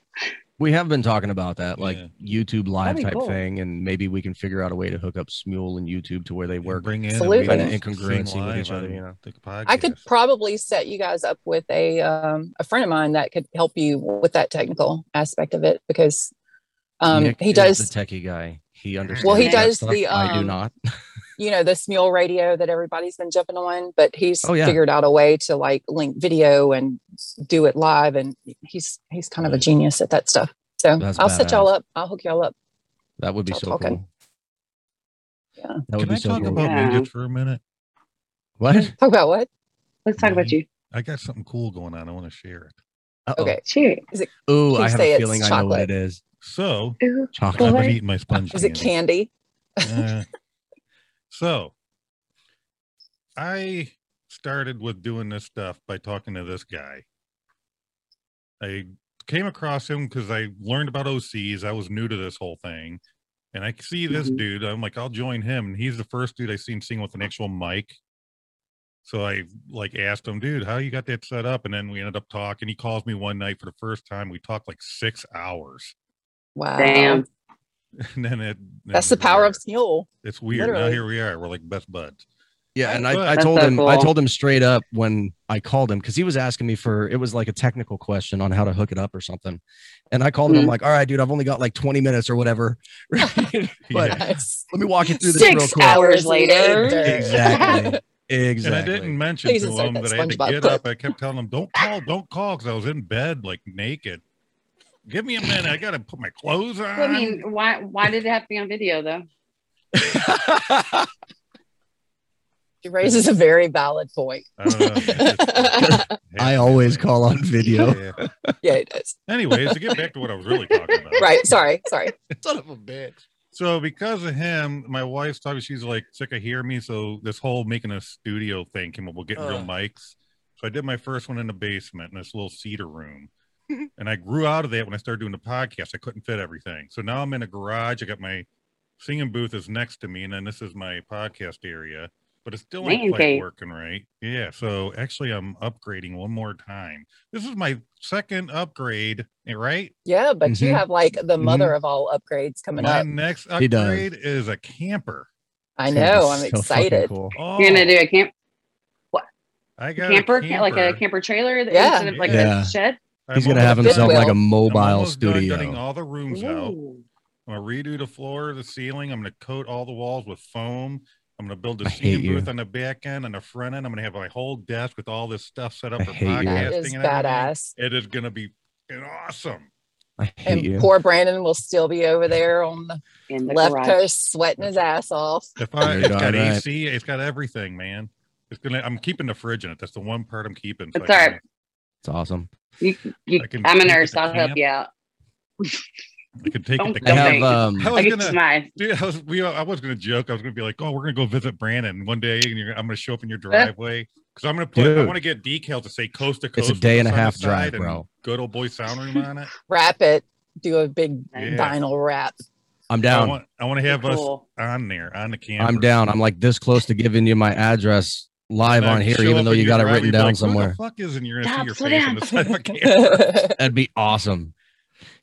S3: We have been talking about that, like
S1: Yeah.
S3: YouTube live
S6: That'd be
S3: type
S6: cool.
S3: thing, and maybe we can figure out a way to hook up Smule and YouTube to where they
S1: and
S3: work.
S1: Bring in
S5: Absolutely.
S1: kind
S5: Kind
S1: of
S5: of
S3: incongruency with each other, you know.
S1: The podcast.
S5: I could probably set you guys up with a um, a friend of mine that could help you with that technical aspect of it because um,
S3: Nick
S5: he
S3: is
S5: does
S3: the techie guy. He understands.
S6: he
S3: that
S5: does
S3: stuff.
S5: the,
S3: I do
S5: um,
S3: not.
S5: you know this mule radio that everybody's been jumping on but he's
S3: Oh, yeah.
S5: figured out a way to like link video and do it live and he's he's kind of a
S1: Right.
S5: genius at that stuff so
S3: That's
S5: i'll set
S3: badass.
S5: y'all up i'll hook y'all up
S3: That would be
S5: Stop
S3: so
S5: talking.
S3: cool.
S5: Yeah.
S3: That would
S1: Can
S3: be
S1: I
S3: so
S1: talk
S3: cool.
S1: about
S6: Yeah.
S1: ninjas for a minute?
S3: what?
S5: talk about what
S6: Let's talk about you.
S1: I got something cool going on. I want to share it.
S3: Uh-oh.
S5: okay
S6: Cheer.
S3: Ooh, I
S5: Please
S3: have
S5: say
S3: a
S5: it's
S3: feeling I know what
S5: chocolate.
S3: it is.
S1: So
S5: Oh.
S6: Ooh.
S3: Chocolate.
S1: I've
S6: What?
S1: been eating my sponge.
S5: is it
S1: candy.
S5: candy
S1: Uh, so I started with doing this stuff by talking to this guy. I came across him because I learned about OCs. I was new to this whole thing. And I see this
S6: Mhm.
S1: dude. I'm like, I'll join him. And he's the first dude I seen sing with an actual mic. So I like asked him, dude, how you got that set up? And then we ended up talking. He calls me one night for the first time. We talked like six hours.
S5: wow
S6: Damn.
S1: And then it
S5: that's the
S1: then we
S5: power
S1: were-
S5: of mule
S1: it's weird. Now
S5: Literally.
S1: here we are. We're like best buds.
S3: Yeah, and I, I
S1: That's
S3: told
S6: so
S3: him I
S6: cool.
S3: told him straight up when I called him because he was asking me for it was like a technical question on how to hook it up or something, and I called him I'm
S6: Mhm.
S3: like, all right, dude, I've only got like 20 minutes or whatever. Right? But
S1: Yeah.
S5: Nice.
S3: let me walk you through this real
S5: Six
S3: quick.
S5: hours
S6: later.
S5: later.
S3: Exactly.
S1: And I
S3: Exactly.
S1: didn't mention
S5: Please
S1: to
S5: insert
S1: him
S5: that
S1: that I had to
S5: SpongeBob
S1: get
S5: clip.
S1: up. I kept telling him, "Don't call, don't call," because I was in bed like naked. Give me a minute. I gotta put my clothes on.
S6: I mean, why why did it have to be on video though?
S5: She raises a very valid point.
S1: I don't know. Uh, It's just-
S5: yeah,
S7: I always call on video.
S1: Yeah.
S5: it does.
S1: Anyways, to get back to what I was really talking about.
S5: Right. Sorry. Sorry.
S7: Son of a bitch.
S1: So because of him, my wife's probably she's like sick of hearing me. So this whole making a studio thing came up. We'll get real
S3: Ugh.
S1: mics. So I did my first one in the basement in this little cedar room. and I grew out of that when I started doing the podcast. I couldn't fit everything. So now I'm in a garage. I got my singing booth is next to me, and then this is my podcast area. But it's still
S6: Man
S1: ain't quite
S6: cave.
S1: working right. Yeah. So actually I'm upgrading one more time. This is my second upgrade, eh, right?
S5: Yeah, but you
S3: Mhm.
S5: have like the mother of all upgrades coming
S1: My
S5: up.
S1: next
S3: He does.
S1: upgrade is a camper.
S5: I
S3: Dude,
S5: know.
S3: that's
S5: I'm
S3: so fucking
S5: excited.
S3: cool.
S1: Oh,
S6: You're gonna do a camp
S1: I got a
S6: camper, ca- like a camper trailer that- instead of like
S3: Yeah.
S6: a shed.
S1: I'm
S3: He's gonna
S1: almost
S3: have
S1: done-
S3: himself like a
S5: Goodwill.
S1: I'm
S3: mobile
S1: almost done gutting
S3: studio.
S1: all the rooms out.
S6: Ooh.
S1: I'm gonna redo the floor, the ceiling. I'm gonna coat all the walls with foam. I'm gonna build
S3: I
S1: a
S3: hate
S1: scene
S3: you.
S1: booth on the back end and the front end. I'm gonna have my whole desk with all this stuff set up
S3: I
S1: for
S3: hate you.
S1: podcasting
S5: That is
S1: and everything.
S5: badass.
S1: It is gonna be fucking awesome.
S3: I hate
S5: And
S3: you.
S5: poor Brandon will still be over there on the
S6: In the
S5: left
S6: garage.
S5: coast sweating his ass off.
S1: If I
S3: You're
S1: it's got
S3: darn right.
S1: AC, it's got everything, man. It's gonna. I'm keeping the fridge in it. That's the one part I'm keeping.
S6: It's
S1: I
S6: all
S1: can-
S6: right.
S3: It's awesome.
S6: You-
S1: I can
S6: I'm
S1: take
S6: a
S1: it
S6: nurse.
S1: to
S6: I'll help
S1: camp.
S6: you out.
S1: I can take it
S6: Don't-
S3: I
S1: to
S6: don't
S1: camp.
S3: have
S6: make-
S3: um
S1: I
S6: I
S1: was
S6: get
S1: Oh, gonna.
S6: you my
S1: Dude, I was we, I was gonna joke. I was gonna be like, "Oh, we're gonna go visit Brandon one day, and you're, I'm gonna show up in
S6: Eh.
S1: your driveway because I'm gonna put. I
S3: Dude.
S1: want to get decals to say coast to
S3: It's
S1: coast.
S3: a day and a
S1: side to
S3: half
S1: side,
S3: drive,
S1: and
S3: bro.
S1: Good old boy sound room on it.
S5: Wrap it. Do a big
S1: Yeah.
S5: vinyl wrap.
S3: I'm
S1: I
S3: down.
S1: want. I want to have us
S6: cool.
S1: on there on the camera.
S3: I'm down. I'm like this close to giving you my address live on here, even though you got it written down somewhere.
S1: the fuck is and you're gonna see your
S6: Stop, slow
S1: face on
S6: down.
S1: the side of a camera.
S5: That's
S3: That'd be awesome.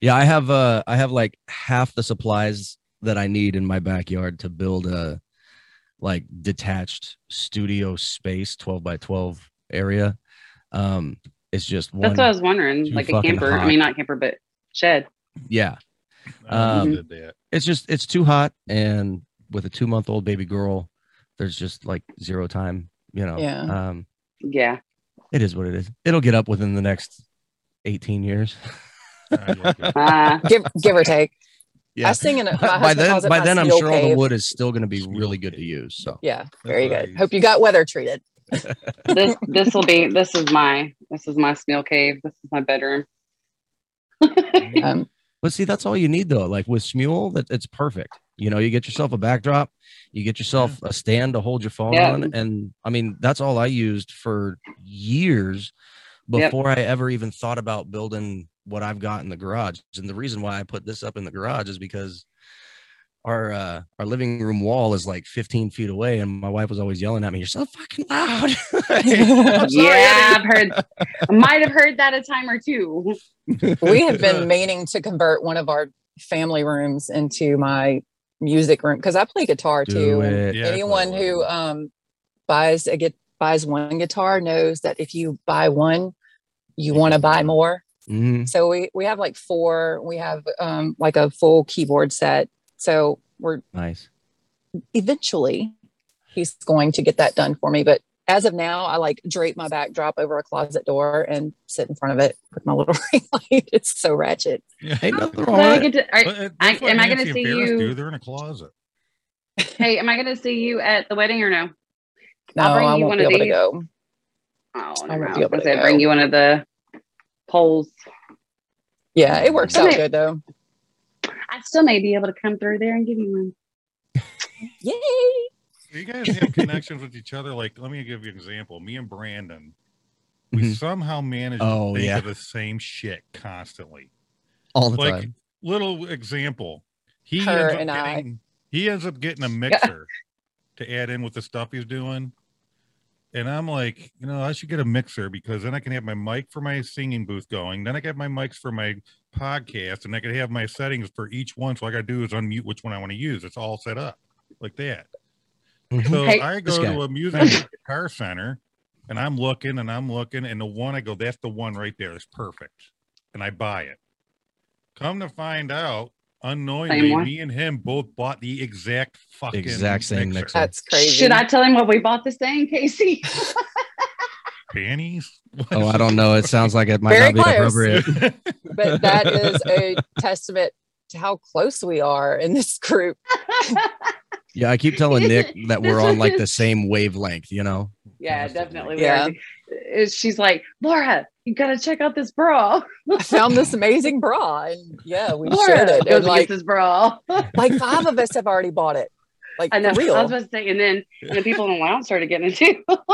S3: Yeah, I have uh I have like half the supplies that I need in my backyard to build a like detached studio space 12 by 12 area. Um it's just one
S6: That's what I was wondering.
S3: too
S6: Like a
S3: fucking
S6: camper. I
S3: hot.
S6: mean, not camper, but shed.
S3: yeah.
S1: I
S3: Um,
S1: did that.
S3: It's just it's too hot and with a 2 month old baby girl there's just like zero time, you know.
S5: Yeah.
S3: Um
S6: Yeah.
S3: it is what it is. It'll get up within the next 18 years.
S1: I like it.
S6: Uh,
S5: give give or take.
S3: Yeah.
S5: I sing in it.
S3: by
S5: My husband
S3: then
S5: calls it
S3: by
S5: my
S3: then I'm
S5: steel
S3: sure all the
S5: cave.
S3: wood is still going to be
S1: Steel
S3: really good to
S1: cave.
S3: use. So
S5: Yeah, very
S1: what I
S5: good.
S1: use.
S5: Hope you got weather treated.
S6: this this will be this is my this is my snail cave. This is my bedroom.
S5: Um,
S3: But see, that's all you need though. Like with Smule, that it's perfect. You know, you get yourself a backdrop, you get yourself a stand to hold your phone
S6: Yeah.
S3: on, and I mean, that's all I used for years
S6: Yep.
S3: before I ever even thought about building what I've got in the garage. And the reason why I put this up in the garage is because our uh, our living room wall is like 15 feet away, and my wife was always yelling at me, "You're so fucking loud." I'm sorry, I
S6: yeah, I've heard. I might have heard that a time or two.
S3: didn't-
S5: we have been meaning to convert one of our family rooms into my music room because I play guitar
S3: Do
S5: too. and
S3: it.
S1: Yeah, that's what I
S5: anyone
S1: love.
S5: who um, buys a get buys one guitar knows that if you buy one, you want to buy more.
S3: Mhm.
S5: So we we have like four. We have um, like a full keyboard set. So we're
S3: Nice.
S5: eventually he's going to get that done for me. But as of now, I like drape my backdrop over a closet door and sit in front of it with my little ring light. It's so ratchet.
S1: Yeah.
S3: Ain't nothing
S6: So
S3: wrong
S6: I
S3: with it.
S6: get to, are,
S1: But, uh, that's
S6: I-
S1: what
S6: am I gonna
S1: Nancy and
S6: see
S1: Ferris
S6: you-
S1: Do. They're in a closet.
S6: hey, am I going to see you at the wedding or no?
S5: No,
S6: I'll bring
S5: I
S6: you
S5: won't
S6: one
S5: be
S6: of
S5: able to
S6: these.
S5: go.
S6: Oh,
S5: I
S6: never
S5: won't
S6: mind.
S5: be
S6: I was
S5: able
S6: gonna
S5: to
S6: say bring
S5: go.
S6: you one of the poles.
S5: Yeah, it works out
S6: Okay.
S5: good though.
S6: I still may be able to come through there and give you one.
S5: Yay!
S1: Do you guys have connections with each other? Like, let me give you an example. Me and Brandon, we
S3: Mhm.
S1: somehow manage
S3: Oh,
S1: to think
S3: yeah.
S1: of the same shit constantly.
S7: All the
S1: Like,
S7: time.
S1: little example, he
S5: Her
S1: ends up
S5: and I.
S1: getting, he ends up getting a mixer to add in with the stuff he's doing, and I'm like, you know, I should get a mixer because then I can have my mic for my singing booth going. Then I got my mics for my podcast, and I can have my settings for each one. So all I got to do is unmute which one I want to use. It's all set up like that. So
S6: Hey,
S1: I
S3: this
S1: go
S3: guy.
S1: to a music car center and I'm looking and I'm looking and the one I go, that's the one right there. It's perfect. And I buy it. Come to find out, unknowingly,
S6: Same one?
S1: me and him both bought the exact fucking
S3: Exact same mixer.
S5: That's crazy.
S6: Should I tell him what we bought this thing, Casey?
S1: Panties?
S3: Oh, I don't know. It sounds like it might
S5: Very
S3: not be
S5: close.
S3: appropriate.
S5: But that is a testament to how close we are in this group.
S3: Yeah, I keep telling Nick that we're
S6: This
S3: on like the
S6: is-
S3: same wavelength, you know?
S6: yeah,
S3: Constantly.
S6: definitely. we
S5: Yeah.
S6: are. Uh, She's like, Laura, you gotta check out this bra.
S5: I found this amazing bra, and yeah, we shared
S6: Laura,
S5: it.
S6: go
S5: And
S6: get
S5: like,
S6: this bra.
S5: like five of us have already bought it. Like,
S6: I know.
S5: for real.
S6: I was about to say, and then and the people in the lounge started getting it too.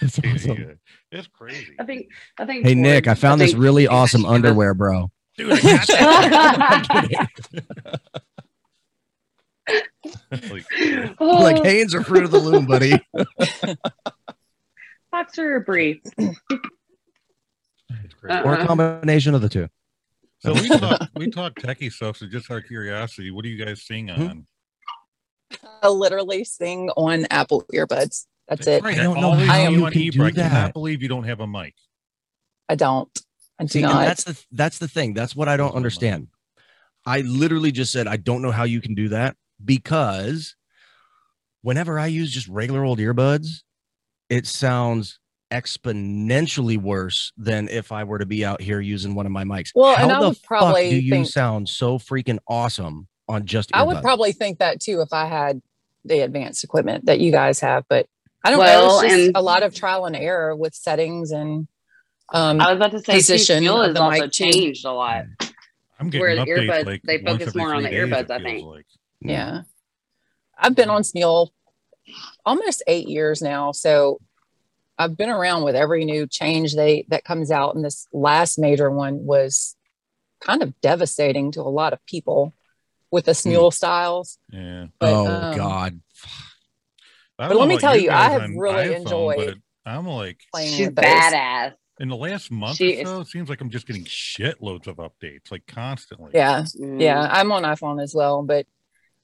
S3: That's awesome.
S1: Yeah. It's crazy.
S6: I think. I think.
S3: Hey, Nick, I found this
S6: think-
S3: really awesome
S6: Actually,
S3: underwear, bro.
S1: Dude, I got that. Like,
S3: Like,
S6: Oh,
S3: Hanes or Fruit of the Loom, buddy.
S6: boxer or brief?
S1: it's crazy.
S6: Uh-uh.
S3: Or a combination of the two.
S1: So we talk, we talk techie stuff. So just out of curiosity, what do you guys sing
S3: Hmm?
S1: on?
S5: I literally sing on Apple earbuds. That's it.
S1: Right,
S3: I don't know
S1: always
S5: how
S1: hear
S5: you
S1: on
S3: can
S1: Ebro.
S3: do
S1: I cannot
S3: that.
S1: believe you don't have a mic.
S5: I don't. I do
S3: See, and
S5: not.
S3: that's the that's the thing. That's what I
S1: That's
S3: don't
S1: what I'm
S3: understand. I literally just said I don't know how you can do that because whenever I use just regular old earbuds, it sounds exponentially worse than if I were to be out here using one of my mics.
S5: Well,
S3: how
S5: and I
S3: the
S5: would
S3: fuck
S5: probably
S3: do you
S5: think-
S3: sound so freaking awesome on just earbuds?
S5: I would probably think that too if I had the advanced equipment that you guys have, but I don't
S6: Well,
S5: know. It's just
S6: and-
S5: a lot of trial and error with settings and um,
S6: I was about to say,
S5: Position
S6: position
S5: of
S6: has
S5: the
S6: also
S5: mic, too.
S6: changed a lot.
S3: Mm.
S1: I'm getting
S6: Whereas
S1: updates
S6: earbuds,
S1: like
S6: they
S1: once
S6: focus
S1: every
S6: more on
S1: three
S6: the
S1: days,
S6: earbuds,
S1: it
S6: I
S1: feels
S6: think.
S1: like.
S5: yeah. I've been on Smule almost eight years now, so I've been around with every new change they that comes out, and this last major one was kind of devastating to a lot of people with the Smule styles.
S1: Yeah.
S5: But,
S3: oh
S5: um,
S3: God.
S1: I
S5: But
S1: don't
S5: let
S1: know
S5: me
S1: about
S5: tell you, I
S1: guys
S5: have
S1: on
S5: really
S1: iPhone,
S5: enjoyed
S1: but I'm like
S5: Playing
S6: She's
S5: with those.
S6: badass.
S1: in the last month
S6: She
S1: or
S6: is-
S1: so, it seems like I'm just getting shitloads of updates, like constantly.
S5: Yeah.
S6: Mm.
S5: yeah i'm on iphone as well but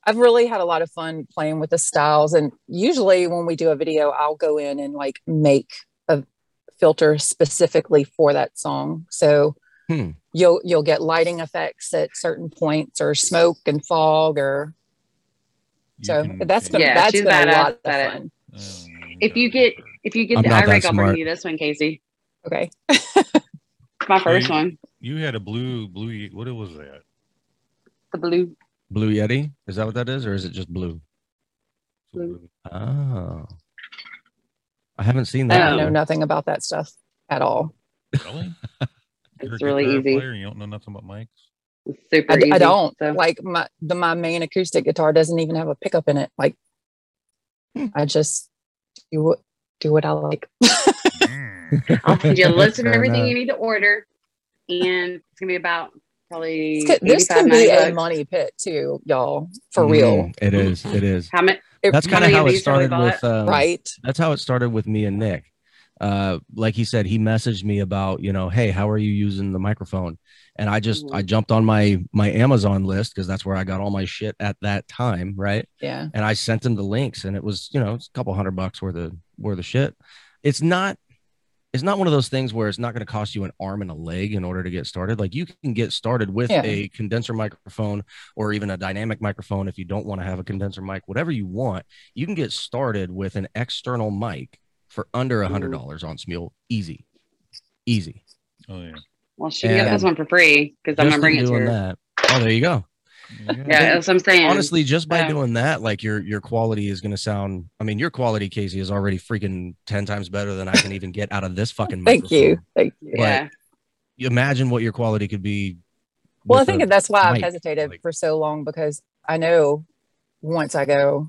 S5: i've really had a lot of fun playing with the styles and usually when we do a video i'll go in and like make a filter specifically for that song so
S3: Hmm.
S5: you'll you'll get lighting effects at certain points or smoke and fog or
S1: You
S5: so
S1: can-
S5: that's been
S6: Yeah,
S5: that's
S6: she's
S5: been a
S6: badass
S5: lot of
S6: at it.
S5: fun
S1: Oh, my
S6: If you
S1: God.
S6: get if you get
S3: I'm
S6: the
S3: not that
S6: iRig, I'll bring
S3: smart.
S6: you this one, Casey.
S5: okay
S6: It's my first
S1: you-
S6: one.
S1: you had a blue blue, what was that?
S6: The blue.
S3: Blue Yeti? Is that what that is? Or is it just blue?
S6: Blue.
S3: Oh. I haven't seen
S5: i
S3: that.
S6: Oh.
S5: don't know
S3: one.
S5: nothing about that stuff at all
S1: Really? You're a
S6: It's really
S1: guitar
S6: easy.
S1: Player, you don't know nothing about mics.
S6: It's super
S5: I,
S6: easy.
S5: I don't
S6: So.
S5: like my the my main acoustic guitar doesn't even have a pickup in it. Like
S3: Hmm.
S5: I just do what do what I like.
S1: Mm.
S6: I'll send you a list of
S3: Fair
S6: everything
S3: enough.
S6: you need to order, and it's gonna be about probably
S5: This could, this
S6: 85,
S5: can be
S6: 90
S5: a
S6: bucks.
S5: money pit too, y'all. For real,
S3: Mm, it is. It is.
S6: How much?
S5: It-
S3: That's
S6: how
S3: kind of
S6: many of
S3: how it
S6: these have we
S3: started with. Um,
S5: right?
S3: That's how it started with me and Nick. Uh, like he said, he messaged me about you know, hey, how are you using the microphone? And I just
S6: Mhm.
S5: Mm-hmm.
S3: I jumped on my my Amazon list because that's where I got all my shit at that time, right?
S5: Yeah,
S3: and I sent him the links, and it was you know it's a couple hundred bucks worth of worth of shit. It's not it's not one of those things where it's not going to cost you an arm and a leg in order to get started. Like you can get started with
S5: Yeah.
S3: a condenser microphone or even a dynamic microphone if you don't want to have a condenser mic, whatever you want. You can get started with an external mic for under a hundred dollars on Smule, easy, easy.
S1: Oh yeah.
S6: Well, she can get this
S3: And
S6: one for free because I'm
S3: Just
S6: gonna bring
S3: in
S6: it to
S3: doing
S6: her.
S3: that. Oh, there you go.
S6: Yeah, that's what I'm saying.
S3: honestly just by
S6: Yeah.
S3: doing that like your your quality is going to sound i mean your quality casey is already freaking 10 times better than i can even get out of this fucking
S5: thank you,
S3: microphone.
S5: thank you.
S6: yeah.
S3: You imagine what your quality could be
S5: Well, I
S3: with a-
S5: think that's why I've
S3: mic,
S5: hesitated
S3: like-
S5: for so long because I know once I go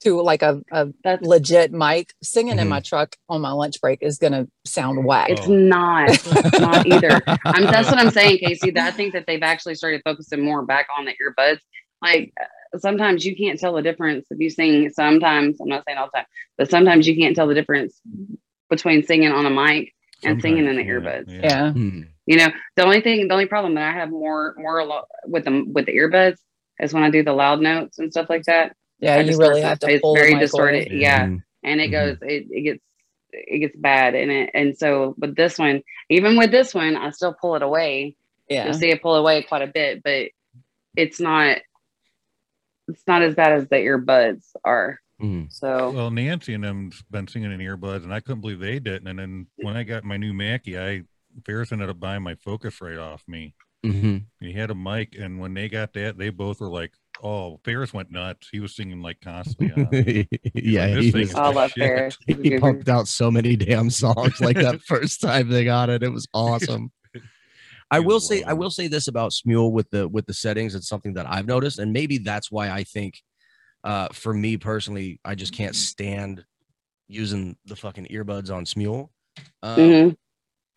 S5: to like a, a
S6: That's
S5: legit mic, singing
S3: Mm-hmm.
S5: in my truck on my lunch break is gonna sound
S3: Oh,
S5: whack.
S6: it's not it's not either. I'm that's what I'm saying, Casey. That I think that they've actually started focusing more back on the earbuds. Like uh, sometimes you can't tell the difference if you sing. Sometimes I'm not saying all the time, but sometimes you can't tell the difference between singing on a mic. and singing in the
S1: Sometimes,
S6: earbuds.
S5: yeah.
S3: Hmm.
S6: You know, the only thing, the only problem that I have more more a lot with them with the earbuds is when I do the loud notes and stuff like that.
S5: Yeah,
S6: I
S5: you
S6: just
S5: really
S6: started-
S5: have to
S6: it's
S5: pull the
S6: very
S5: mic away.
S6: distorted. Yeah.
S3: And
S6: and it
S3: Mhm.
S6: goes it, it gets it gets bad and it and so but this one even with this one i still pull it away
S5: Yeah.
S6: you'll see it pull away quite a bit but it's not it's not as bad as the earbuds are
S3: Mhm.
S6: so
S1: Well, Nancy and them's been singing in earbuds, and I couldn't believe they didn't. And then when I got my new Mackie, I Ferris ended up buying my Focus right off me.
S3: Mhm.
S1: He had a mic, and when they got that, they both were like, "Oh, Ferris went nuts. He was singing like constantly." on it.
S7: yeah,
S1: this
S7: he,
S1: thing
S7: was,
S1: is
S3: Oh,
S6: i love
S1: shit.
S6: Ferris.
S7: he pumped out so many damn songs like that first time they got it. It was awesome.
S3: I
S1: Either
S3: will say I
S1: one.
S3: will say this about Smule with the with the settings. It's something that I've noticed, and maybe that's why I think, uh, for me personally, I just can't stand using the fucking earbuds on Smule. Um,
S6: Mhm.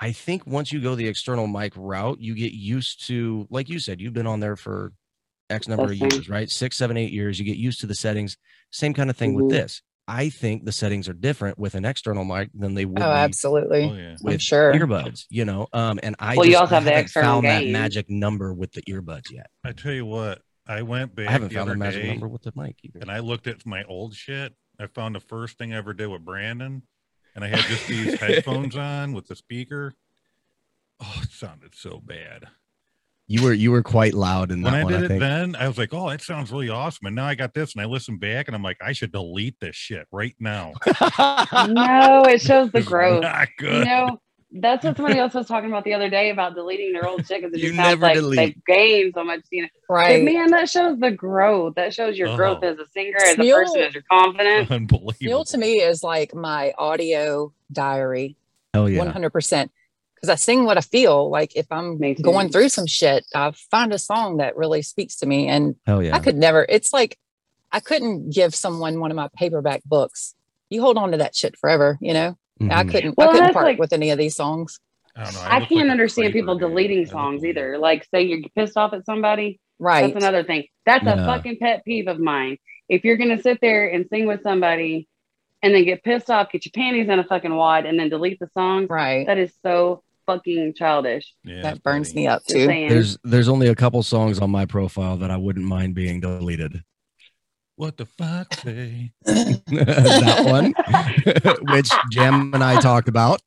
S3: I think once you go the external mic route, you get used to, like you said, you've been on there for X number of
S6: That's right.
S3: years, right? Six, seven, eight years. You get used to the settings. Same kind of thing
S6: Mhm.
S3: with this. I think the settings are different with an external mic than they would
S5: Oh,
S3: be
S5: absolutely.
S1: Oh yeah.
S5: I'm
S3: with
S5: sure.
S3: earbuds, you know. Um, and I
S6: Well, you
S3: just-
S6: also
S3: I
S6: have the
S3: haven't
S6: external
S3: found that
S6: gain.
S3: magic number with the earbuds yet.
S1: I tell you what, I went back
S3: I haven't
S1: the
S3: found
S1: other
S3: the magic
S1: day,
S3: number with the mic either.
S1: and I looked at my old shit. I found the first thing I ever did with Brandon, and I had just these headphones on with the speaker. Oh, it sounded so bad.
S7: You were you were quite loud in that
S1: when I
S7: one.
S1: did
S7: I
S1: it
S7: think.
S1: then, I was like, "Oh, that sounds really awesome." And now I got this, and I listen back, and I'm like, "I should delete this shit right now."
S6: Mm-hmm. no it shows the
S1: It's
S6: growth
S1: Not
S6: you
S1: good.
S6: know that's what somebody else was talking about the other day about deleting their old chickens. It
S3: You
S6: just sounds
S3: never
S6: like
S3: delete.
S6: they've gained so much. You know, but
S5: Right.
S6: man, that shows the growth. That shows your growth
S1: Oh.
S6: as a singer, as a
S5: Smule-
S6: person, as your confidence.
S1: Unbelievable.
S5: Mule to me is like my audio diary,
S3: Hell Oh, yeah.
S5: one hundred percent. Because I sing what I feel. Like if I'm
S6: Me too.
S5: going through some shit, I find a song that really speaks to me, and
S3: Hell yeah.
S5: I could never. It's like I couldn't give someone one of my paperback books. You hold on to that shit forever, you know. I
S3: Mhm.
S5: couldn't.
S6: Well,
S5: I couldn't
S6: that's
S5: part
S6: like-
S5: with any of these songs.
S1: I, don't know,
S6: I
S1: look
S6: can't
S1: like a
S6: understand
S1: creeper,
S6: people
S1: dude. I
S6: deleting
S1: look
S6: songs
S1: weird.
S6: either. Like, say you're pissed off at somebody.
S5: Right.
S6: That's another thing. That's a
S3: Yeah.
S6: fucking pet peeve of mine. If you're gonna sit there and sing with somebody, and then get pissed off, get your panties in a fucking wad, and then delete the songs,
S5: Right.
S6: that is so fucking childish.
S1: Yeah,
S5: that burns me
S1: buddy.
S5: up
S6: Just
S5: too.
S6: saying.
S3: There's there's only a couple songs on my profile that I wouldn't mind being deleted.
S1: What the fuck? Say?
S7: that one, which Jam and I talked about,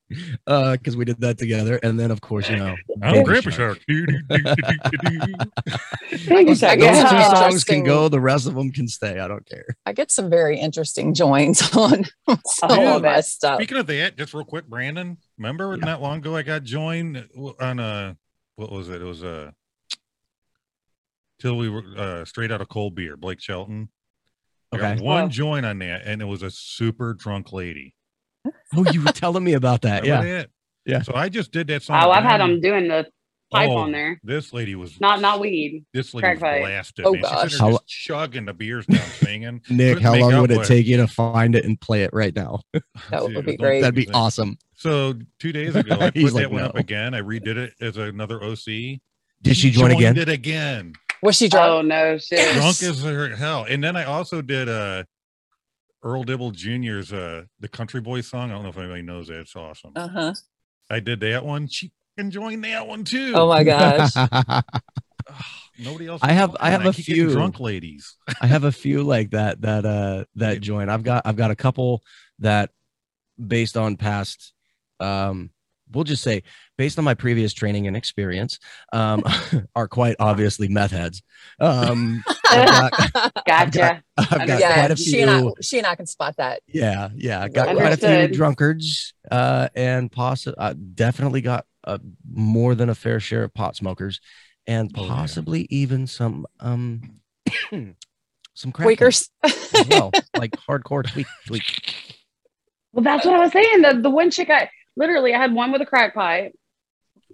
S7: because we did that together. And then, of course, you know,
S1: I'm
S3: Baby
S1: Grandpa
S3: Shark.
S1: Shark. Doo, doo, doo, doo, doo, doo, doo.
S6: Baby
S5: Okay,
S6: Shark,
S5: those
S6: yeah.
S7: Those two
S5: Yeah.
S7: songs can
S5: Interesting.
S7: go. The rest of them can stay. I don't care.
S5: I get some very interesting joins on some
S1: Yeah.
S5: of my stuff.
S1: Speaking of that, just real quick, Brandon, remember not long ago I got joined on a what was it? It was a till we were uh, straight out of cold beer, Blake Shelton. I got
S3: Okay.
S1: one
S6: Oh.
S1: join on that, and it was a super drunk lady.
S3: Oh, you were telling me about that.
S1: Remember
S3: Yeah.
S1: that?
S7: Yeah.
S1: So I just did that song.
S6: Oh, I've had
S1: again.
S6: them doing the pipe
S1: Oh,
S6: on there.
S1: This lady was
S6: Not not weed.
S1: This lady
S6: crack
S1: was
S6: pipe.
S1: blasted.
S5: Oh,
S1: man. She's
S5: gosh.
S1: sitting there
S7: How-
S1: just chugging the beers down, singing.
S7: Nick,
S1: Couldn't
S7: how
S1: make
S7: long
S1: up
S7: would it
S1: what-
S7: take you to find it and play it right now?
S5: That would be
S1: don't
S5: great.
S1: do
S7: That'd be
S1: that.
S7: awesome.
S1: So two days ago, I
S7: He's
S1: put
S7: like,
S1: that one up
S7: "No."
S1: again. I redid it as another OC.
S3: Did she join again?
S1: Joined It again.
S5: Was she
S6: Oh
S5: drunk?
S6: no shit.
S1: Drunk as her hell. And then I also did uh Earl Dibble Jr.'s uh the Country Boy song. I don't know if anybody knows that. It's awesome.
S5: Uh huh.
S1: I did that one. She can join that one too.
S5: Oh my gosh.
S1: Ugh, Nobody else.
S3: I
S1: is
S3: have-
S1: joining.
S3: I have a
S1: keep getting
S3: few.
S1: drunk ladies.
S3: I have a few like that that uh that join. I've got I've got a couple that based on past um we'll just say based on my previous training and experience um are quite obviously meth heads. Um I've got,
S6: gotcha.
S3: I've got
S5: yeah,
S3: quite a
S5: she and I,
S3: few
S5: she and I can spot that.
S3: yeah, yeah, I've got quite a
S6: Understood.
S3: few drunkards uh and poss uh, definitely got uh, more than a fair share of pot smokers and
S1: Oh, yeah.
S3: possibly even some um some crack heads
S5: Quakers.
S3: as well, like hardcore tweak tweak.
S6: Well, that's what I was saying. The the one chick I literally I had one with a crack pipe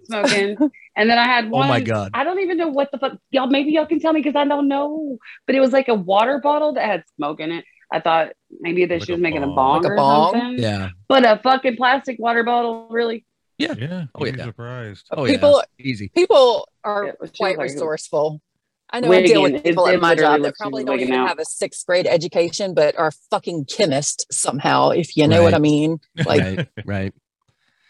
S6: smoking, and then I had
S3: Oh
S6: one.
S3: my god!
S6: I don't even know what the fuck y'all. Maybe y'all can tell me because I don't know. But it was like a water bottle that had smoke in it. I thought maybe that
S1: Like
S6: she
S1: a
S6: was making a
S1: bong.
S6: bong,
S5: Like a
S6: or
S5: bong?
S6: something.
S3: Yeah.
S6: But a fucking plastic water bottle, really.
S1: Yeah.
S3: Oh,
S1: you'd be
S3: yeah.
S1: surprised.
S3: Oh
S5: People-
S3: yeah. Easy.
S5: People are
S6: Yeah, she was
S5: quite
S6: like-
S5: resourceful. I know I deal
S6: Wigging.
S5: with
S6: It-
S5: people
S6: it
S5: at my
S6: literally
S5: job that
S6: looks like
S5: probably
S6: she's
S5: don't
S6: wigging
S5: even
S6: out.
S5: have a sixth grade education, but are fucking chemists somehow, if you know what
S3: Right.
S5: I mean. Like
S3: right. Right.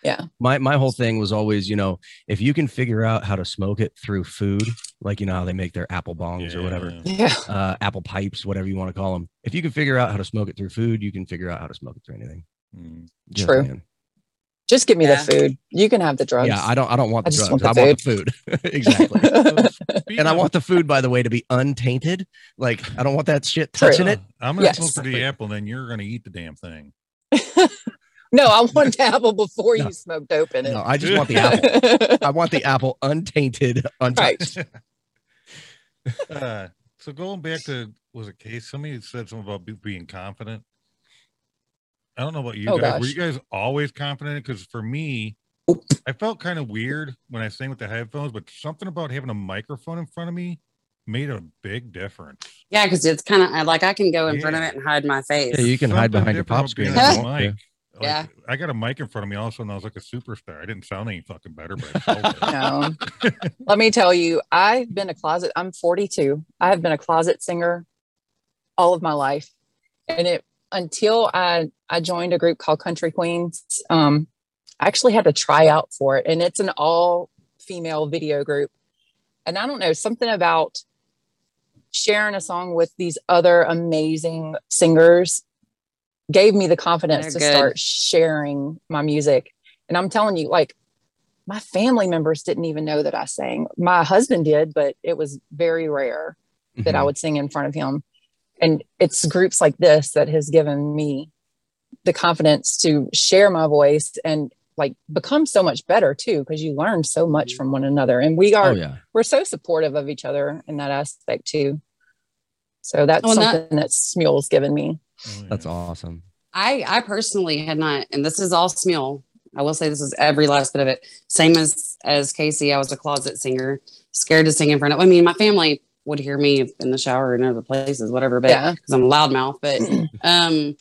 S5: Yeah.
S3: My my whole thing was always, you know, if you can figure out how to smoke it through food, like you know how they make their apple bongs or whatever,
S1: Yeah.
S5: Yeah.
S3: uh, apple pipes, whatever you want to call them. If you can figure out how to smoke it through food, you can figure out how to smoke it through anything.
S1: Mm.
S3: Just
S5: True.
S3: saying.
S5: Just give me
S8: Yeah.
S5: the food. You can have the drugs.
S3: Yeah, I don't. I don't want
S5: I
S3: the
S5: just
S3: drugs.
S5: want
S3: I
S5: the
S3: want the food. exactly.
S1: Speaking
S3: and I
S1: of-
S3: want the food, by the way, to be untainted. Like I don't want that shit
S5: True.
S3: touching it.
S1: I'm gonna
S5: Yes.
S1: smoke for the apple, then you're gonna eat the damn thing.
S5: no, I want to have them before
S3: No.
S5: you smoked open it.
S3: No, I just want the apple. I want the apple untainted, untouched.
S1: Uh, so going back to was it case? Somebody said something about be- being confident. I don't know about you
S5: Oh,
S1: guys. Were
S5: gosh.
S1: you guys always confident? Because for me, I felt kind of weird when I sang with the headphones, but something about having a microphone in front of me made a big difference.
S8: Yeah, because it's kind of like I can go in front of
S1: Yeah.
S8: it and hide my face.
S3: Yeah, you can hide
S1: Something
S3: behind your
S1: different
S3: pop
S1: about being
S3: screen.
S1: on
S3: Yeah.
S1: a mic. Like,
S8: Yeah.
S1: I got a mic in front of me also, and I was like a superstar. I didn't sound any fucking better, but I felt it.
S5: no. Let me tell you, I've been a closet, I'm 42. I have been a closet singer all of my life. And it until I, I joined a group called Country Queens, um, I actually had to try out for it. And it's an all female video group. And I don't know, something about sharing a song with these other amazing singers gave me the confidence
S8: They're
S5: to
S8: good.
S5: start sharing my music. And I'm telling you, like, my family members didn't even know that I sang. My husband did, but it was very rare that
S3: Mm-hmm.
S5: I would sing in front of him. And it's groups like this that has given me the confidence to share my voice and like become so much better too, because you learn so much from one another. And we are
S3: Oh yeah.
S5: we're so supportive of each other in that aspect too. So that's
S8: Well, that-
S5: something that Smule's given me.
S1: Oh,
S3: That's
S1: yeah.
S3: awesome.
S8: I I personally had not, and this is all Smule. I will say this is every last bit of it. Same as as Casey, I was a closet singer, scared to sing in front of. I mean, my family would hear me in the shower and other places, whatever, but
S5: Yeah.
S8: because I'm a loudmouth. But um,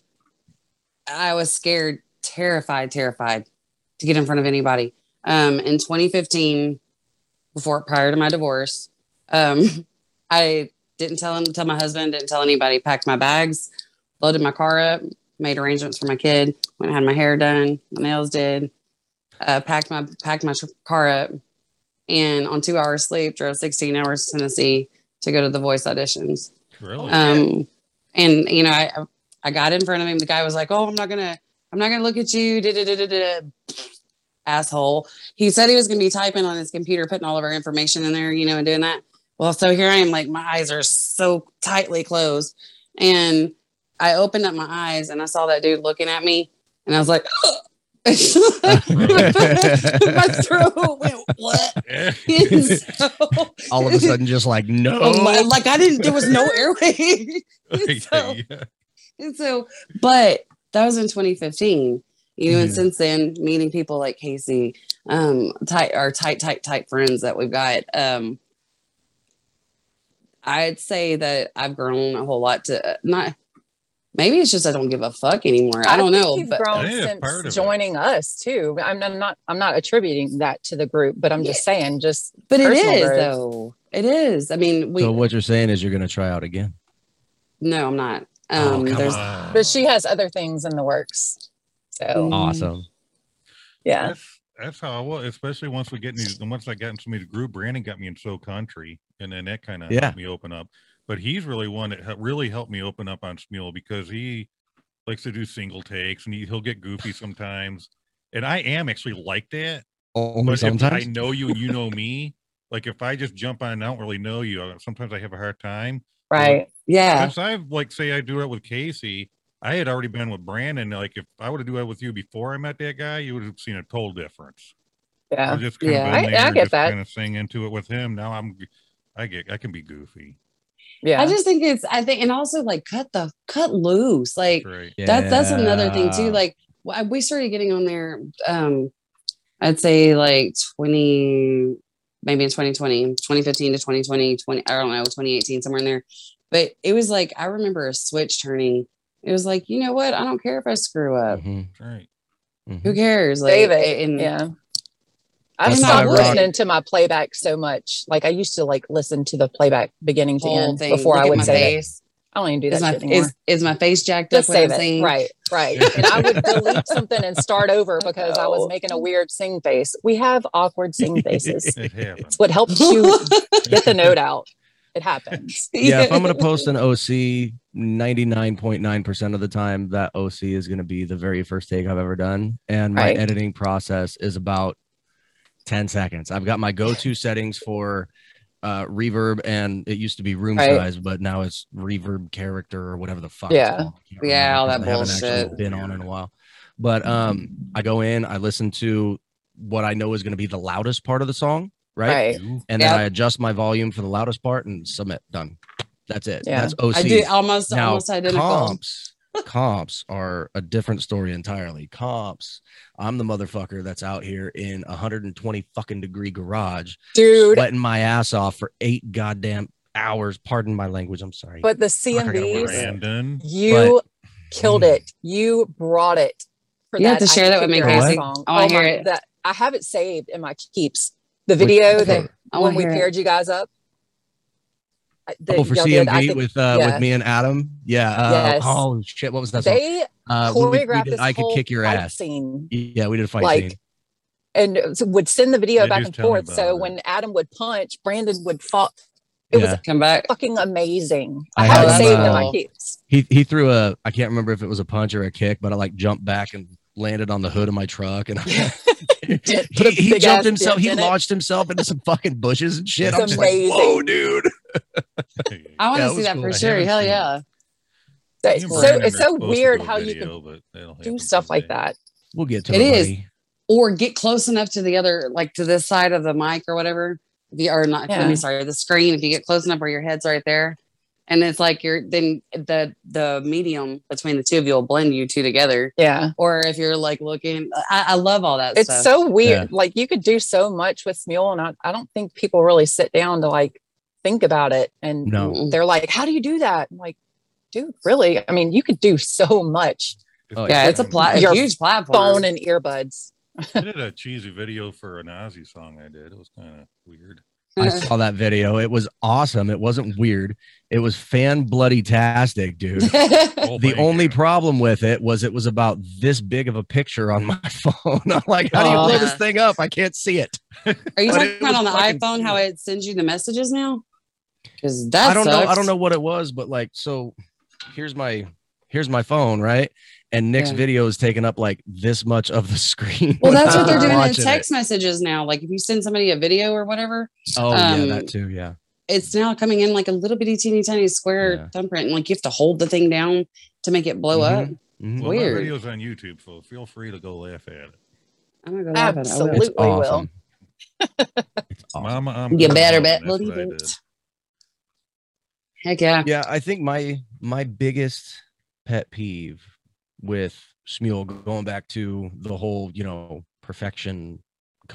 S8: I was scared, terrified, terrified to get in front of anybody. Um, in 2015, before prior to my divorce, um, I didn't tell him, tell my husband, didn't tell anybody. Packed my bags, loaded my car up, made arrangements for my kid. Went and had my hair done, my nails did. Uh, packed my packed my tr- car up, and on two hours sleep, drove 16 hours to Tennessee to go to the voice auditions.
S1: Really?
S8: Um, and you know, I I got in front of him. The guy was like, "Oh, I'm not gonna, I'm not gonna look at you." Da, da, da, da, da. Asshole. He said he was gonna be typing on his computer, putting all of our information in there, you know, and doing that. Well, so here I am, like my eyes are so tightly closed, and I opened up my eyes and I saw that dude looking at me, and I was like. my throat went what?
S1: Eh.
S8: And so-
S3: All of a sudden, just like no.
S8: Oh my- like I didn't. There was no airway. so,
S1: Yeah.
S8: and so, but that was in 2015. You know, and
S3: Yeah.
S8: since then, meeting people like Casey, um, tight our tight, tight, tight friends that we've got. Um, I'd say that I've grown a whole lot to not. Maybe it's just I don't give a fuck anymore. I, don't
S5: think
S8: know,
S5: You've
S8: but
S5: grown
S1: Yeah, part of it.
S5: since joining us too. I'm, I'm not. I'm not attributing that to the group, but I'm just saying. Just
S8: but it
S5: personal
S8: is
S5: growth.
S8: though. It is. I mean, we.
S3: so what you're saying is you're gonna try out again.
S8: no, I'm not.
S3: Oh,
S8: Um,
S3: come
S8: there's
S1: Wow.
S5: but she has other things in the works. So
S8: Mm.
S3: Awesome.
S5: yeah,
S1: That's that's how I was, especially once we get in these and once I got into the group, Brandon got me in So Country, and then that kind of
S3: Yeah.
S1: helped me open up. But he's really one that hel- really helped me open up on Smule because he likes to do single takes and he, he'll get goofy sometimes. And I am actually like that.
S3: Only
S1: But
S3: sometimes.
S1: if I know you and you know me, like if I just jump on and I don't really know you, I- sometimes I have a hard time.
S5: right.
S8: yeah.
S1: Since I've like say I do it with Casey, I had already been with Brandon. Like if I would have do it with you before I met that guy, you would have seen a total difference.
S5: Yeah.
S1: I just kind
S8: Yeah.
S1: of been
S5: I- I
S1: there,
S5: get
S1: just
S5: that.
S1: kind of sing into it with him. Now I'm, I get, I can be goofy.
S5: Yeah.
S8: I just think it's I think and also like cut the cut loose. Like
S1: right.
S8: that's that's another thing too.
S3: Yeah.
S8: Like wh- we started getting on there um I'd say like 20 maybe in 2020, 2015 to 2020, 20 I don't know, 2018 somewhere in there. But it was like I remember a switch turning. It was like, you know what? I don't care if I screw up.
S3: Mhm,
S1: That's right.
S3: mhm.
S8: Who cares? Like
S5: David.
S8: and-
S5: Mm-hmm. yeah. I've
S3: That's
S5: stopped
S8: how I rock.
S5: listening to my playback so much. Like I used to like listen to the playback beginning to
S8: whole
S5: end
S8: thing
S5: before
S8: Oh, Look
S5: I
S8: at
S5: would
S8: my
S5: say that.
S8: face.
S5: I don't even do that
S8: Is my
S5: shit anymore.
S8: is, is my face jacked
S5: Just
S8: up?
S5: save
S8: when I'm
S5: it.
S8: singing?
S5: Right, right. And I would delete something and start over because I was making a weird sing face. We have awkward sing faces.
S1: It happens.
S5: It's what helps you get the note out. It happens.
S3: yeah, if I'm going to post an OC, 99.9% of the time, that OC is going to be the very first take I've ever done. And my
S5: Right.
S3: editing process is about 10 seconds. I've got my go to settings for uh, reverb, and it used to be room
S5: Right.
S3: size, but now it's reverb character or whatever the fuck.
S5: Yeah.
S3: it's called. I can't
S8: Yeah, all
S3: remember
S8: that
S3: 'cause I haven't actually Been on in a while. But um, I go in, I listen to what I know is going to be the loudest part of the song, right?
S5: Right.
S1: You-
S3: and then
S8: Yep.
S3: I adjust my volume for the loudest part and submit. Done. That's it.
S5: Yeah.
S3: That's OC.
S8: I did almost
S3: now
S8: almost identical.
S3: comps, comps are a different story entirely. Comps. I'm the motherfucker that's out here in a 120 fucking degree garage,
S5: Dude,
S3: sweating my ass off for eight goddamn hours. Pardon my language. I'm sorry.
S5: but the
S3: I gotta work
S5: CMBs,
S3: around.
S1: Brandon.
S5: you killed
S3: mm.
S5: it. You brought it. For
S8: You have to share that with me,
S5: I Kicked Your Ass
S8: Cassie.
S5: song. Oh
S8: I wanna hear
S5: my-
S8: it.
S5: That, I have it saved in my keeps. The
S3: Which-
S5: video that
S8: Okay. I
S5: when
S8: want
S5: we
S8: to hear.
S5: paired you guys up. I- that
S3: Oh, for
S5: y'all
S3: CMB
S5: did, I think
S3: with uh,
S5: yeah.
S3: with me and Adam, yeah. Uh,
S5: Yes.
S3: Oh shit, what was that? song?
S5: they
S3: Uh, we- we
S5: choreographed
S3: did
S5: this
S3: I could
S5: whole
S3: kick your
S5: fight
S3: ass.
S5: scene.
S3: Yeah, we did a fight
S5: like
S3: scene.
S5: and it was- would send the video
S1: Yeah,
S5: back
S1: just
S5: and
S1: tell me
S5: forth
S1: about
S5: so
S1: it.
S5: when adam would punch brandon would fall it
S3: Yeah.
S5: was
S8: Come back.
S5: fucking amazing
S3: I
S5: i, have it
S3: have,
S5: saved in
S8: uh,
S5: my keeps
S3: he he threw a I can't remember if it was a punch or a kick, but I like jumped back and landed on the hood of my truck and
S5: Yeah.
S3: he,
S5: Put a
S3: he
S5: big
S3: jumped
S5: ass
S3: himself.
S5: dent
S3: He
S5: in it.
S3: launched himself into some fucking bushes and shit.
S5: It's
S3: I'm just like,
S5: amazing.
S3: whoa, dude.
S8: I want
S3: Yeah,
S8: to
S3: it
S8: see
S3: was
S8: that
S3: cool.
S8: for
S3: I
S8: sure.
S1: haven't
S8: Hell
S1: seen it.
S8: yeah.
S5: That-
S1: You and
S5: so
S1: Brandon
S5: it's
S1: are
S5: so
S1: supposed to
S5: weird
S1: a
S5: how you can
S1: video, but that'll
S5: do
S1: happen
S5: stuff like
S1: someday.
S5: that
S3: We'll get to
S8: It
S3: it.
S8: is.
S3: buddy.
S8: Or get close enough to the other, like to this side of the mic or whatever. The or not. I
S5: Yeah.
S8: mean, sorry, the screen. If you get close enough where your head's right there, and it's like you're then the the medium between the two of you will blend you two together.
S5: yeah
S8: Or if you're like looking, I, I love all that.
S5: it's
S8: stuff.
S5: so weird like you could do so much with smule and I, I don't think people really sit down to like think about it and
S3: No.
S5: they're like how do you do that I'm like dude really i mean you could do so much
S3: Oh,
S8: yeah, it's a, pla-
S5: Your
S8: a huge platform.
S5: phone and earbuds
S1: I did a cheesy video for an Ozzy song I did. It was kind of weird.
S3: I
S5: Uh-huh.
S3: saw that video. It was awesome. It wasn't weird. It was fan bloody tastic, dude. the
S1: Oh, thank
S3: only
S1: you.
S3: problem with it was it was about this big of a picture on my phone. I'm like, how do you blow
S8: Aw.
S3: this thing up? I can't see it.
S8: Are you
S3: But
S8: talking
S3: it
S8: about
S3: was
S8: on the
S3: fucking
S8: iphone
S3: cool.
S8: how it sends you the messages now because that
S3: I don't know. I
S8: sucks.
S3: don't know what it was, but like, so here's my here's my phone, right? And Nick's
S8: Yeah.
S3: video is taking up like this much of the screen.
S8: well that's what
S3: when
S8: they're
S3: I'm
S8: doing in
S3: watching it.
S8: text messages now like if you send somebody a video or whatever
S3: Oh yeah,
S8: um,
S3: that too. Yeah,
S8: it's now coming in like a little bitty teeny tiny square
S3: Yeah.
S8: thumbprint and like you have to hold the thing down to make it blow up
S3: Mhm.
S1: Well,
S8: Weird.
S1: my video's on YouTube, so feel free to go laugh at it.
S8: i'm gonna go laugh at it. I will.
S5: Absolutely.
S3: It's
S5: Completely will.
S3: awesome. it's awesome.
S1: Mama, I'm
S8: You
S1: coming
S8: better
S1: home.
S8: bet
S1: That's
S8: believe
S1: what I
S8: it.
S1: did.
S8: heck yeah
S3: Yeah, I think my my biggest pet peeve with Smule going back to the whole, you know, perfection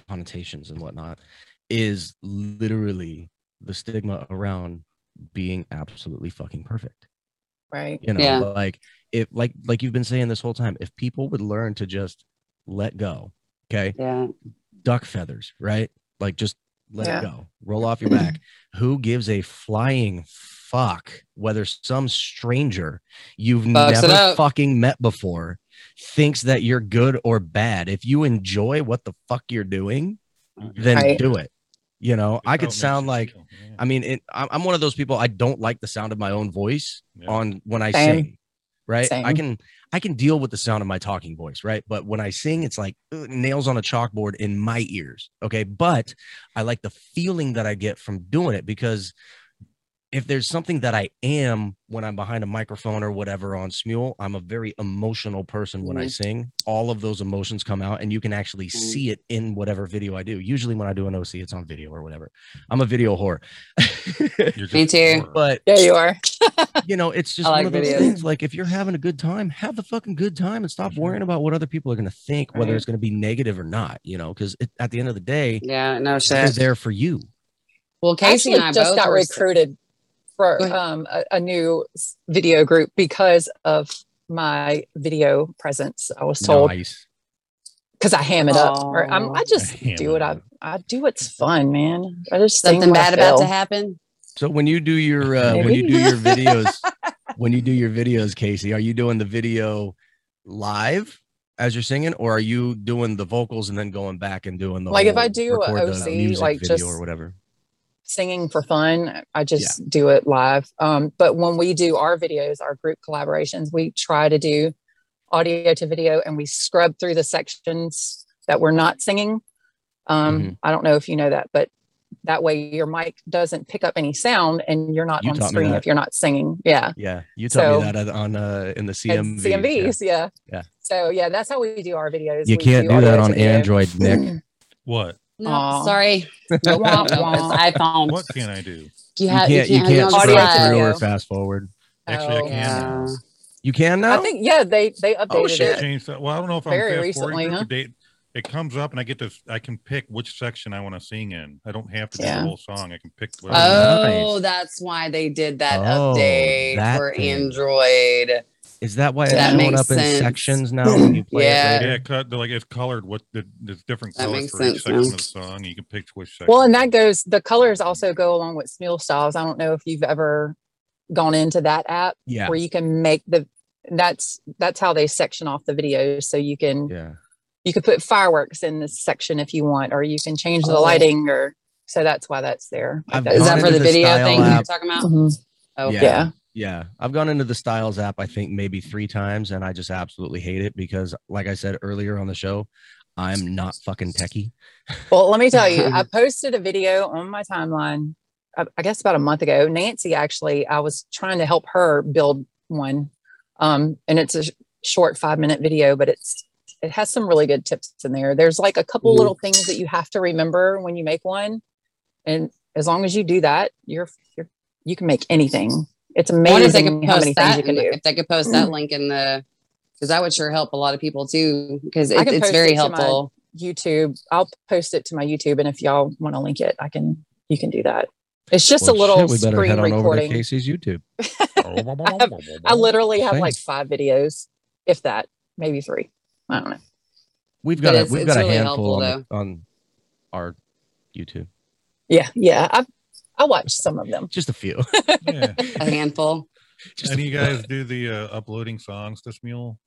S3: connotations and whatnot is literally the stigma around being absolutely fucking perfect.
S5: right
S3: you know
S8: Yeah.
S3: like if like like you've been saying this whole time if people would learn to just let go okay
S8: yeah
S3: duck feathers right like just let
S5: Yeah.
S3: it go roll off your back who gives a flying fuck whether some stranger you've
S8: Fucks it
S3: never
S8: up.
S3: fucking met before thinks that you're good or bad if you enjoy what the fuck you're doing then
S5: Right.
S3: do it you know
S1: That's
S3: i
S1: how it
S3: could
S1: makes
S3: sound
S1: you
S3: like
S1: feel, yeah.
S3: i mean it, I'm, I'm one of those people i don't like the sound of my own voice
S1: Yeah.
S3: on when I
S5: Same.
S3: sing, right? I
S5: Same.
S3: can I can deal with the sound of my talking voice, right? But when I sing, it's like ugh, nails on a chalkboard in my ears. Okay, but I like the feeling that I get from doing it because if there's something that I am when I'm behind a microphone or whatever on Smule, I'm a very emotional person when I
S5: Mm-hmm.
S8: Mhm.
S3: sing. All of those emotions come out, and you can actually
S8: Mm-hmm.
S3: see it in whatever video I do. Usually, when I do an OC, it's on video or whatever. I'm a video whore,
S1: You're
S8: Me
S1: just
S8: too.
S1: bored.
S3: but
S5: there you are
S3: you know, it's just
S8: I
S3: one of
S8: like
S3: those
S8: videos.
S3: things. Like if you're having a good time, have the fucking good time and stop worrying about what other people are going to think, whether
S8: Mm-hmm. Right.
S3: it's going to be negative or not. You know, because at the end of the day,
S8: yeah no
S3: they're
S8: shit
S3: there for you.
S8: well
S5: Actually,
S8: casey and i
S5: just
S8: both
S5: got
S8: were-
S5: recruited for
S8: Go ahead.
S5: um, a, a new s- video group because of my video presence. I was told
S3: Nice.
S5: because I ham it up. Or I'm, I
S8: Aw.
S5: just
S1: Ham
S5: do
S1: it
S5: what I
S1: up.
S5: I do. What's fun, man. I just sing
S8: something
S5: what I
S8: bad about
S5: feel.
S8: to happen
S3: So when you do your uh, when you do
S5: Maybe.
S3: your videos, when you do your videos, Casey, are you doing the video live as you're singing, or are you doing the vocals and then going back and doing the
S5: Like, if
S3: whole-
S5: I do a
S3: record the
S5: OC,
S3: music
S5: like,
S3: video
S5: just-
S3: or whatever?
S5: singing for fun. I just do it live. Um, but when we do our videos, our group collaborations, we try to do audio to video and we scrub through the sections that we're not singing. Um,
S3: Mhm.
S5: I don't know if you know that, but that way your mic doesn't pick up any sound and you're not
S3: You
S5: on
S3: taught me
S5: screen
S3: that.
S5: if you're not singing. Yeah.
S3: Yeah, you told
S5: So-
S3: me that on uh, in the
S5: At
S3: CMV.
S5: CMVs. Yeah.
S3: Yeah.
S5: So yeah, that's how we do our videos.
S3: You
S5: We
S3: can't do
S5: audio
S3: that
S5: to
S3: on
S5: video.
S3: Android,
S5: Mm.
S3: Nick.
S1: What?
S8: No,
S5: Aw.
S8: sorry. No, no, it's iPhone.
S1: What can I do?
S8: You,
S3: You
S8: have,
S3: can't. You
S8: have it
S3: can't
S8: on
S3: scroll
S5: audio to
S8: slide.
S3: through or
S5: video.
S3: fast forward.
S1: Actually, I
S5: Oh.
S1: can now.
S8: Yeah.
S3: You can now.
S5: I think yeah, they they updated
S3: Oh, shit.
S5: it.
S1: Change that. Well, I don't know if I'm
S5: Very
S1: fast
S5: recently,
S1: forwarding through,
S5: huh?
S1: but they- It comes up and I get to. I can pick which section I want to sing in. I don't have to do
S5: Yeah.
S1: the whole song. I can pick. Whatever.
S8: Oh, that's why they did that
S3: Oh,
S8: update
S3: that
S8: for
S3: thing.
S8: Android.
S3: Is that why it's
S8: That
S3: showing
S8: makes
S3: up in
S8: sense.
S3: sections now when you play
S8: Yeah.
S3: it later?
S1: yeah, cut. They're like it's colored. What the, there's different
S8: That
S1: colors
S8: makes
S1: for each
S8: sense
S1: section
S8: now.
S1: of the song. You can pick which section.
S5: Well, and that goes, the colors also go along with Smule Styles. I don't know if you've ever gone into that app
S3: Yeah.
S5: where you can make the, that's, that's how they section off the videos. So you can,
S3: Yeah.
S5: you could put fireworks in this section if you want, or you can change the
S8: Oh.
S5: lighting or, so that's why that's there.
S3: I've
S5: That's-
S8: Is
S3: gone
S8: that for
S3: into
S8: the,
S3: the
S8: video
S3: style
S8: thing you're
S3: app.
S8: talking about?
S5: Mhm.
S8: Oh,
S3: Yeah.
S5: Yeah.
S3: Yeah. I've gone into the Styles app, I think maybe three times, and I just absolutely hate it because, like I said earlier on the show, I'm not fucking techie.
S5: Well, let me tell you, I posted a video on my timeline, I, I guess about a month ago. Nancy, actually, I was trying to help her build one. Um, and it's a sh- short five minute video, but it's, it has some really good tips in there. There's like a couple
S8: Mhm.
S5: little things that you have to remember when you make one. And as long as you do that, you're, you're you can make anything. It's
S8: I wonder if they
S5: amazing
S8: could
S5: how many things
S8: post that.
S5: you can
S8: in-
S5: do. Mm-hmm.
S8: If they could post that link in the, because that would sure help a lot of people too. Because
S5: I
S8: it,
S5: could
S8: it's
S5: post
S8: very
S5: it to my-
S8: helpful.
S5: YouTube. I'll post it to my YouTube, and if y'all want to link it, I can. You can do that. It's just
S3: Well,
S5: a little
S3: shit, we better
S5: screen
S3: head on over to
S5: recording.
S3: Casey's YouTube.
S5: I literally have
S3: Same.
S5: like five videos, if that, maybe three. I don't know.
S3: We've
S8: But
S3: got a
S8: it's-
S3: we've
S8: it's
S3: got a
S8: really
S3: handful on,
S8: helpful,
S3: the, on our YouTube.
S5: Yeah, yeah. I I watched some of them.
S3: Just a few.
S1: yeah.
S8: A handful.
S3: Just
S1: Any
S3: a
S1: of
S3: few.
S1: you guys do the uh, uploading songs to Smule?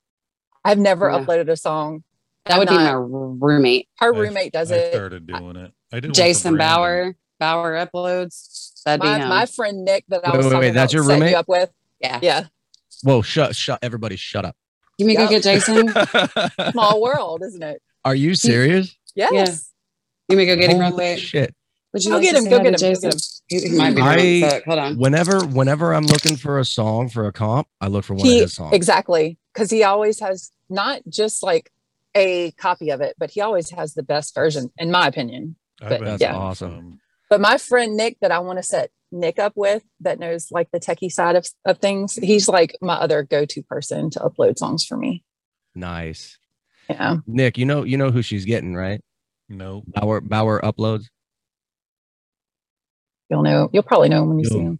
S5: I've never
S8: Yeah.
S5: uploaded a song.
S8: That would be
S5: Not-
S8: my roommate,
S5: Her
S1: I-
S5: roommate does
S1: I
S5: it.
S1: started doing it. I did
S8: Jason Bauer. Bauer uploads. That'd be
S5: My,
S8: him.
S5: my friend Nick that I
S3: Wait,
S5: was
S3: wait,
S5: talking
S3: wait, that's
S5: about
S3: your
S5: setting
S3: roommate?
S5: you up with.
S8: yeah.
S5: Yeah,
S3: Whoa, shut shut everybody shut up.
S8: You mean go
S5: Yeah.
S8: get Jason?
S5: small world, isn't it?
S3: Are you serious?
S5: Yes.
S8: You mean go get him real
S3: Holy
S8: quick?
S3: Shit.
S8: Would you
S5: Go
S8: like
S5: get
S8: to
S5: him,
S8: say
S5: go
S8: hi
S5: get
S8: to
S5: him, go
S8: Jason?
S5: get
S8: He, he might be
S3: I-
S8: drunk. Fuck, Hold on.
S3: Whenever whenever I'm looking for a song for a comp, I look for one
S5: He-
S3: of his songs.
S5: Exactly. Because he always has not just like a copy of it, but he always has the best version, in my opinion. but
S1: That's
S5: yeah.
S3: awesome.
S5: But my friend Nick, that I want to set Nick up with, that knows like the techie side of, of things, he's like my other go to person to upload songs for me.
S3: Nice.
S5: Yeah.
S3: Nick, you know you know who she's getting, right?
S1: No.
S3: Bauer Bauer uploads.
S5: You'll know, you'll probably know him when you see
S3: You'll-
S5: him.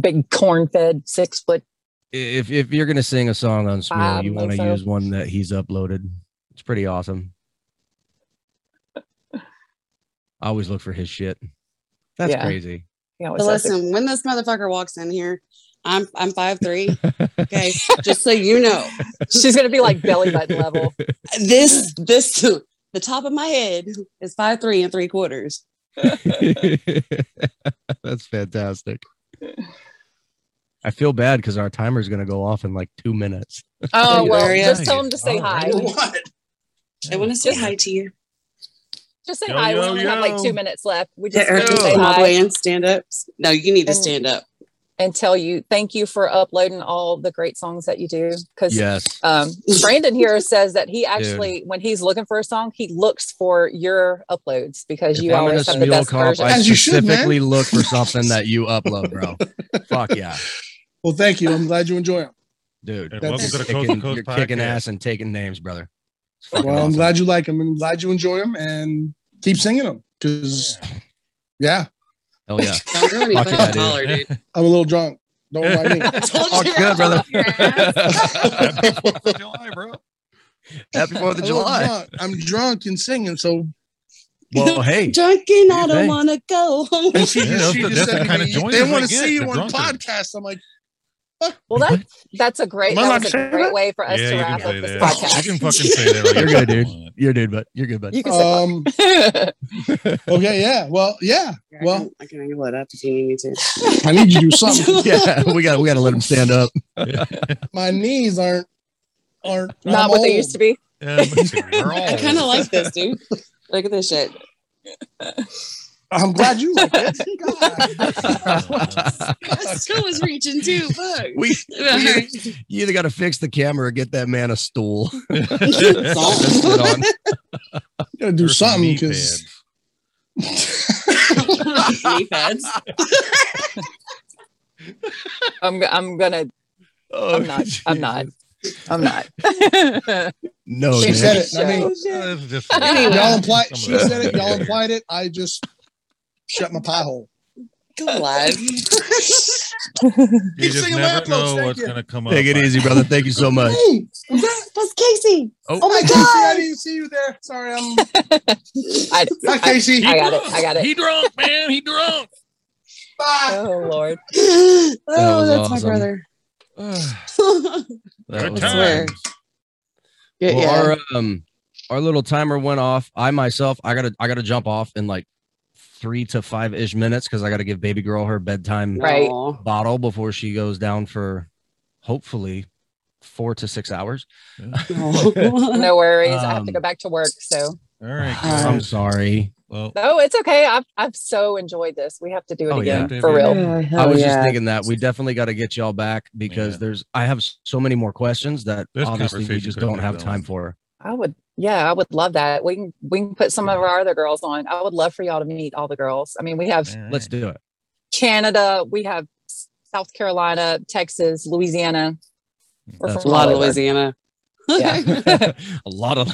S5: Big corn fed, six foot.
S3: If if you're gonna sing a song on Smule,
S5: Bob
S3: you want to
S5: Mofo.
S3: use one that he's uploaded. It's pretty awesome. I always look for his shit. That's
S5: Yeah.
S3: crazy.
S5: He always
S8: But
S5: has it.
S8: listen, when this motherfucker walks in here, I'm I'm five three. Okay, just so you know,
S5: She's going to be like belly button level.
S8: this this the top of my head is five three and three quarters.
S3: That's fantastic. I feel bad because our timer's gonna go off in like two minutes.
S5: Oh,
S8: you,
S5: well,
S8: Daria.
S5: just tell him to say
S1: All
S5: hi.
S1: right.
S8: Oh, I want to say hi to you.
S5: Just say
S1: Yo,
S5: hi. we
S1: yo,
S5: only have like
S1: yo.
S5: two minutes left. We
S8: To
S5: just need
S8: Erica
S5: to say hi.
S8: Smallboy and stand ups. No, you need to
S5: And-
S8: stand up.
S5: and tell you thank you for uploading all the great songs that you do because
S3: Yes.
S5: um, Brandon here says that he actually when he's looking for a song he looks for your uploads because
S3: If
S5: you
S3: I'm in a
S5: always have the
S3: Smule
S5: best
S3: comp,
S5: version.
S3: I
S9: As you should, man.
S3: specifically look for something that you upload, bro. Fuck yeah,
S9: Well, thank you. I'm glad you enjoy them.
S3: dude.
S1: And
S9: That's-
S1: welcome to the Coast to
S3: kicking,
S1: Coast
S3: you're kicking
S1: podcast.
S3: ass and taking names, brother. It's fucking
S9: Well, I'm
S3: awesome.
S9: glad you like them. I'm glad you enjoy them and keep singing them because, yeah,
S3: Hell yeah.
S8: Don't go any
S3: Fuck yeah,
S8: fucking
S3: dude.
S8: taller, dude.
S9: I'm a little drunk. Don't mind me.
S8: I told
S3: Fuck
S8: you.
S3: good, brother.
S1: Happy Fourth of July, bro.
S3: Happy Fourth of
S9: I'm a little
S3: July.
S9: drunk. I'm drunk and singing. So
S3: Well, hey,
S8: Drunken, I don't
S3: Hey.
S8: want to go home.
S9: and she
S1: Yeah,
S9: just,
S1: that's
S9: she
S1: the-
S9: just
S1: that's the
S9: said to
S1: kind
S9: me,
S1: of joint
S9: they
S1: that we
S9: want to
S1: get,
S9: see you
S1: the
S9: on
S1: drunkards."
S9: podcasts. I'm like,
S5: Well, that that's a great
S9: Am I
S5: that
S9: allowed
S5: was a
S9: to say
S5: great
S9: that?
S5: way for us
S1: yeah,
S5: to
S1: you
S5: wrap
S1: can
S5: up
S1: say
S5: this
S1: that.
S5: podcast.
S1: You can fucking say that.
S3: You're
S1: all
S3: good,
S1: you
S3: dude.
S1: want.
S3: You're good, but you're good, but
S5: You can say
S9: Um, okay, yeah. Well, yeah.
S8: Yeah, I
S9: Well,
S8: can, I can angle it up if you need me to.
S9: I need you to do something.
S3: yeah, we got to we got to let him stand up.
S9: My knees aren't aren't
S5: not
S9: I'm
S5: what
S9: old.
S5: they used to be.
S1: Yeah, but you're
S8: I
S1: old.
S8: kind of like this, dude. Look at this shit.
S9: I'm glad you like it. God.
S8: My skull is reaching too. Fuck.
S3: We
S8: Alright.
S3: you either got to fix the camera or get that man a stool.
S8: Salt.
S3: to sit on.
S9: gotta do
S1: There's some
S9: something
S1: knee
S9: because
S1: pads.
S8: Knee pads.
S5: I'm I'm gonna
S3: Oh,
S5: I'm not I'm not
S3: Jesus.
S5: I'm not.
S3: No,
S9: she
S3: man.
S9: said it. I mean,
S1: Uh, it's just-
S5: Anyway.
S9: y'all
S1: Some
S9: implied
S1: of
S9: she
S1: that.
S9: said it. Y'all implied it. I just shut my pothole.
S8: Come live.
S1: You just
S9: singing
S1: never
S9: Lab Notes,
S1: know
S9: thank
S1: what's
S9: you.
S1: going to come up.
S3: Take it easy, brother. Thank you so much.
S9: Hey,
S8: That's Casey.
S3: Oh,
S9: my god! I didn't see you there. Sorry, I'm.
S5: I,
S9: Hi,
S5: I,
S9: Casey.
S5: I got it. I got it.
S1: He drunk, man. He drunk.
S9: Bye.
S5: Oh Lord.
S8: Oh,
S3: was
S8: that's my
S3: awesome.
S8: brother.
S3: that
S1: Good
S3: was-
S8: swear.
S1: times.
S8: Yeah,
S3: Well,
S8: yeah.
S3: our um our little timer went off. I myself, I gotta I gotta jump off in like three to five ish minutes because I gotta give baby girl her bedtime
S5: Right.
S8: Aw.
S3: bottle before she goes down for hopefully four to six hours.
S5: Oh.
S8: Aw.
S5: No worries. I have to
S3: Um,
S5: go back to work. So
S1: All right.
S8: Uh,
S3: I'm
S1: guys.
S3: sorry.
S1: well,
S5: no, it's okay. I've I've so enjoyed this. We have to do it
S3: Oh, yeah.
S5: again for real.
S1: Yeah,
S3: I
S8: hell
S3: was just
S8: yeah.
S3: thinking that we definitely got to get y'all back because
S1: Yeah.
S3: there's I have so many more questions that
S1: This
S3: obviously we
S1: conversation
S3: just
S1: could have
S3: don't
S1: been
S3: have
S1: done.
S3: time for.
S5: I would yeah, I would love that. We can we can put some of our other girls on. I would love for y'all to meet all the girls. I mean, we have
S1: all
S3: Let's
S1: right.
S3: do it.
S5: Canada, we have South Carolina, Texas, Louisiana. We're
S3: That's
S5: from
S8: a lot
S5: all
S8: of
S5: over.
S8: Louisiana.
S5: Yeah.
S3: a lot of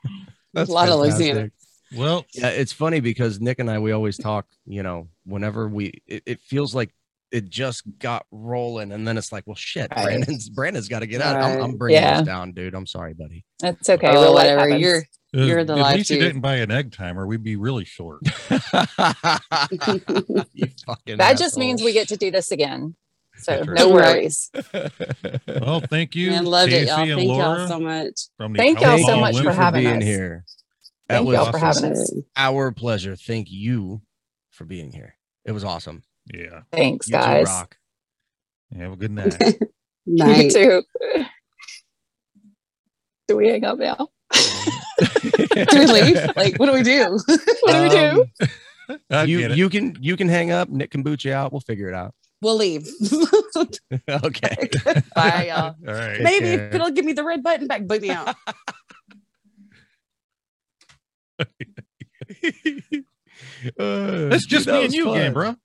S3: That's
S8: A lot of
S3: fantastic.
S8: Louisiana.
S1: Well,
S3: Yeah, it's funny because Nick and I we always talk, you know, whenever we it, it feels like it just got rolling and then it's like, well shit,
S5: Right.
S3: Brandon's Brandon's got to get out. I'm,
S8: Right.
S3: I'm bringing
S5: Yeah.
S3: this down, dude. I'm sorry, buddy.
S5: That's okay.
S8: oh,
S5: Real life
S8: whatever.
S5: happens.
S8: You're
S1: uh,
S8: You're the
S1: at
S8: live
S1: least you
S8: too.
S1: didn't buy an egg timer. We'd be really short.
S3: You fucking
S5: that just
S3: asshole.
S5: means we get to do this again. So
S1: That's right.
S5: no
S8: All right.
S5: worries.
S1: Well, thank you,
S8: man, loved
S1: Casey
S8: it, y'all.
S1: and
S8: Thank
S1: Laura
S8: y'all so much.
S1: from the
S5: Thank y'all so
S1: Outlaw
S5: much for
S1: Women.
S5: having
S3: being
S5: us.
S3: here. That
S5: Thank
S3: was
S5: y'all for having us.
S8: Shit.
S3: our pleasure. Thank you for being here. It was awesome.
S1: Yeah.
S5: Thanks,
S3: You two
S5: guys.
S3: rock.
S1: Have a good night.
S5: You
S8: Night.
S5: too. Do we hang up now?
S8: do we leave? Like, what do we do?
S5: What do we do?
S1: I
S3: Um, you
S1: get it.
S3: you can you can hang up. Nick can boot you out. We'll figure it out.
S8: We'll leave.
S3: okay.
S8: Bye, y'all.
S1: All right.
S3: Take
S8: Maybe
S3: care.
S8: if it'll give me the red button back, boot me out.
S3: Uh,
S1: That's just me and you
S3: game,
S1: game, bro.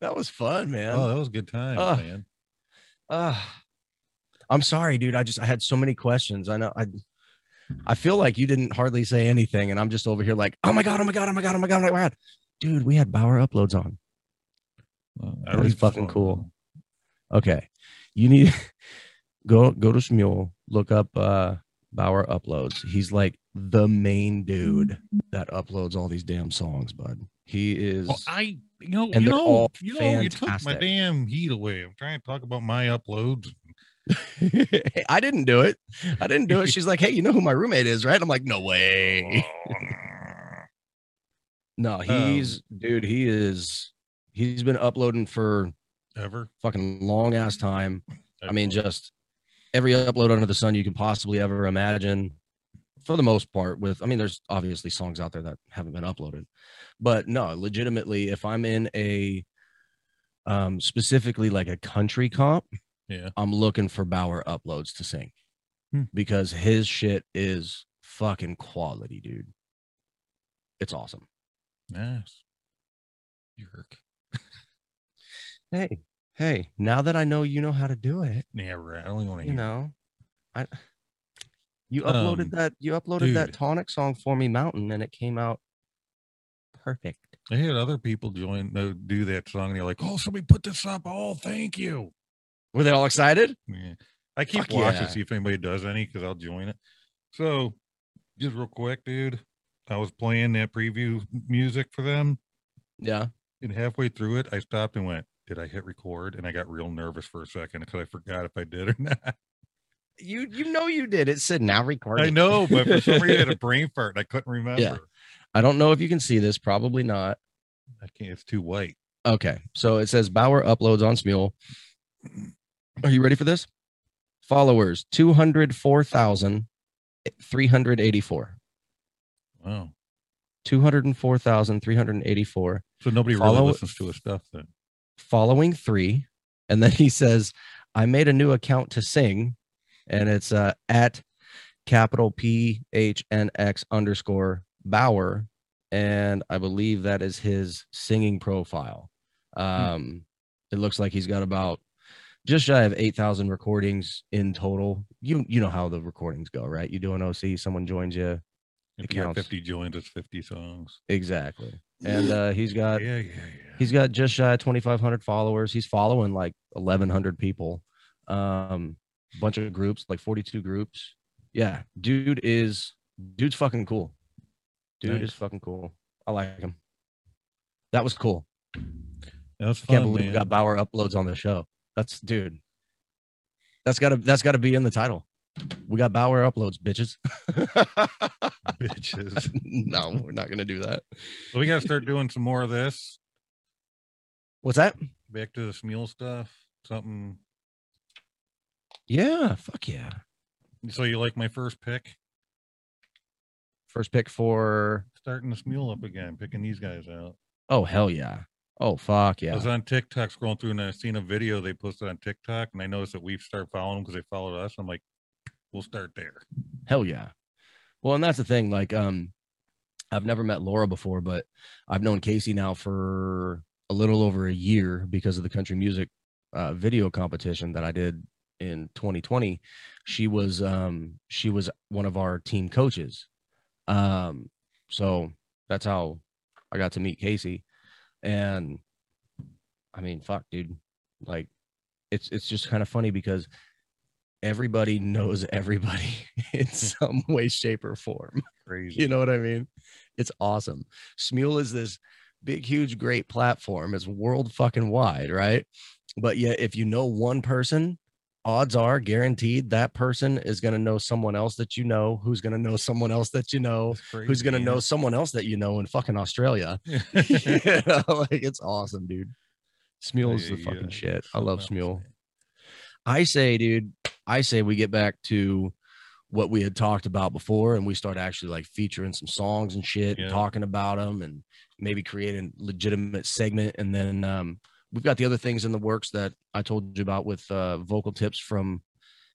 S3: That was fun, man.
S1: Oh, that was a good time,
S3: Ugh.
S1: man.
S3: Ah. I'm sorry, dude. I just I had so many questions. I know I I feel like you didn't hardly say anything, and I'm just over here like, oh my god, oh my god, oh my god, oh my god, oh my god. Dude, we had Bauer uploads on.
S1: Well, I
S3: That was
S1: really
S3: fucking
S1: thought-
S3: cool. Okay. You need go go to Shmuel, look up uh Bauer uploads. He's like the main dude that uploads all these damn songs, bud. He is
S1: Well, I, you know,
S3: And
S1: you
S3: they're
S1: know,
S3: all
S1: you know, you took my
S3: fantastic.
S1: damn heat away. I'm trying to talk about my uploads.
S3: I didn't do it. I didn't do it. She's like, "Hey, you know who my roommate is, right?" I'm like, "No way." No, he's dude, he is he's been uploading for
S1: Ever?
S3: fucking long ass time. I mean, just every upload under the sun you can possibly ever imagine for the most part with I mean, there's obviously songs out there that haven't been uploaded. But no, legitimately if I'm in a um specifically like a country comp,
S1: Yeah.
S3: I'm looking for Bauer uploads to sing.
S1: Hmm.
S3: Because his shit is fucking quality, dude. It's awesome.
S1: nice. Jerk.
S3: hey hey now that i know you know how to do it
S1: Yeah, right. I don't want to
S3: you
S1: hear.
S3: know i you uploaded
S1: Um,
S3: that you uploaded that
S1: dude.
S3: tonic song for me mountain and it came out perfect
S1: I had other people join, no, do that song. And they're like, "Oh, somebody put this up. Oh, thank you."
S3: were they all excited
S1: Yeah. I keep
S3: Fuck
S1: watching
S3: yeah.
S1: to see if anybody does any because I'll join it. So, just real quick, dude, I was playing that preview music for them,
S3: yeah
S1: and halfway through it, I stopped and went, did I hit record? And I got real nervous for a second because I forgot if I did or not.
S3: You you know you did. It said now recording.
S1: I know, but for some reason I had a brain fart and I couldn't remember.
S3: Yeah. I don't know if you can see this. Probably not.
S1: I can't. It's too white.
S3: Okay. So it says Bauer uploads on Smule. Are you ready for this? Followers 204,384.
S1: Wow.
S3: 204,384.
S1: So nobody
S3: Follow-
S1: really listens to his stuff then.
S3: Following three. And then he says, I made a new account to sing. And it's uh, at capital P H N X underscore Bauer. And I believe that is his singing profile.
S1: Hmm.
S3: Um, It looks like he's got about just shy of 8,000 recordings in total. You, you know how the recordings go, right? You do an OC, someone joins you.
S1: If you have
S3: Accounts.
S1: 50 joins, it's 50 songs.
S3: Exactly. And uh, he's got
S1: yeah, yeah, yeah.
S3: he's got just shy of 2500 followers he's following like 1100 people um bunch of groups like 42 groups yeah dude is dude's fucking cool dude
S1: Nice.
S3: is fucking cool i like him that was cool
S1: That's fun,
S3: can't believe we
S1: man.
S3: got bauer uploads on the show that's dude that's gotta that's gotta be in the title we got bauer uploads bitches
S1: bitches.
S3: no we're not gonna do that
S1: So we got to start doing some more of this.
S3: what's that
S1: Back to this mule stuff. Something.
S3: yeah fuck yeah
S1: So you like my first pick?
S3: first pick for
S1: Starting this mule up again, picking these guys out.
S3: Oh hell yeah! Oh fuck
S1: I
S3: yeah!
S1: was on TikTok scrolling through and I seen a video they posted on TikTok and I noticed that we've started following them because they followed us. I'm like, we'll start there.
S3: Hell yeah! Well, and that's the thing. Like, um, I've never met Laura before, but I've known Casey now for a little over a year because of the country music uh, video competition that I did in 2020. She was um she was one of our team coaches, um, so that's how I got to meet Casey, and I mean, fuck, dude, like it's it's just kind of funny because everybody knows everybody in some way shape or form
S1: Crazy.
S3: you know what i mean it's awesome smule is this big huge great platform it's world fucking wide right but yet if you know one person odds are guaranteed that person is going to know someone else that you know who's going to know someone else that you know
S1: It's crazy,
S3: who's going to
S1: man.
S3: know someone else that you know in fucking australia You
S1: Yeah,
S3: know, like it's awesome dude smule's the
S1: yeah,
S3: fucking
S1: yeah.
S3: shit i
S1: Something
S3: love
S1: else,
S3: smule
S1: man.
S3: I say, dude, I say we get back to what we had talked about before and we start actually like featuring some songs and shit
S1: Yeah.
S3: and talking about them and maybe creating legitimate segment. And then um, we've got the other things in the works that I told you about with uh, vocal tips from,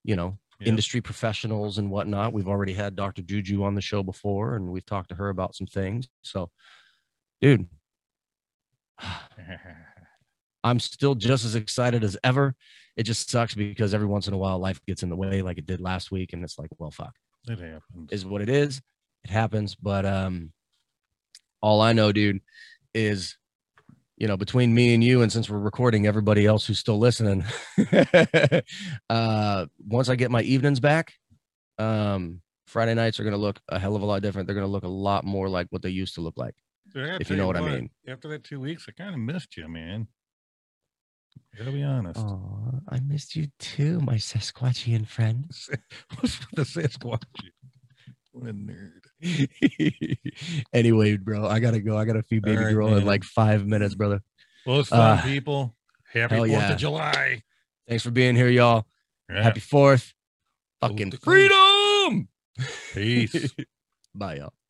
S3: you know,
S1: Yeah.
S3: industry professionals and whatnot. We've already had Dr. Juju on the show before and we've talked to her about some things. So, dude, I'm still just as excited as ever. It just sucks because every once in a while life gets in the way like it did last week and it's like, well fuck,
S1: it happens.
S3: is what it is. It happens, but um all I know, dude, is you know, between me and you and since we're recording everybody else who's still listening, uh once I get my evenings back, um Friday nights are going to look a hell of a lot different. They're going to look a lot more like what they used to look like.
S1: Dude, I gotta
S3: if
S1: tell
S3: you know what I mean.
S1: After that two weeks, I kind of missed you, man. I gotta be honest.
S3: Oh, I missed you too, my Sasquatchian friend.
S1: What's with the Sasquatch? What a nerd.
S3: anyway, bro, I gotta go. I gotta feed baby
S1: Alright,
S3: girl in
S1: man.
S3: like five minutes, brother.
S1: Well, it's fun,
S3: Uh,
S1: people. Happy
S3: hell
S1: Fourth
S3: yeah.
S1: of July.
S3: Thanks for being here, y'all.
S1: Yeah.
S3: Happy fourth. Fucking
S1: the coast.
S3: freedom.
S1: Peace.
S3: Bye, y'all.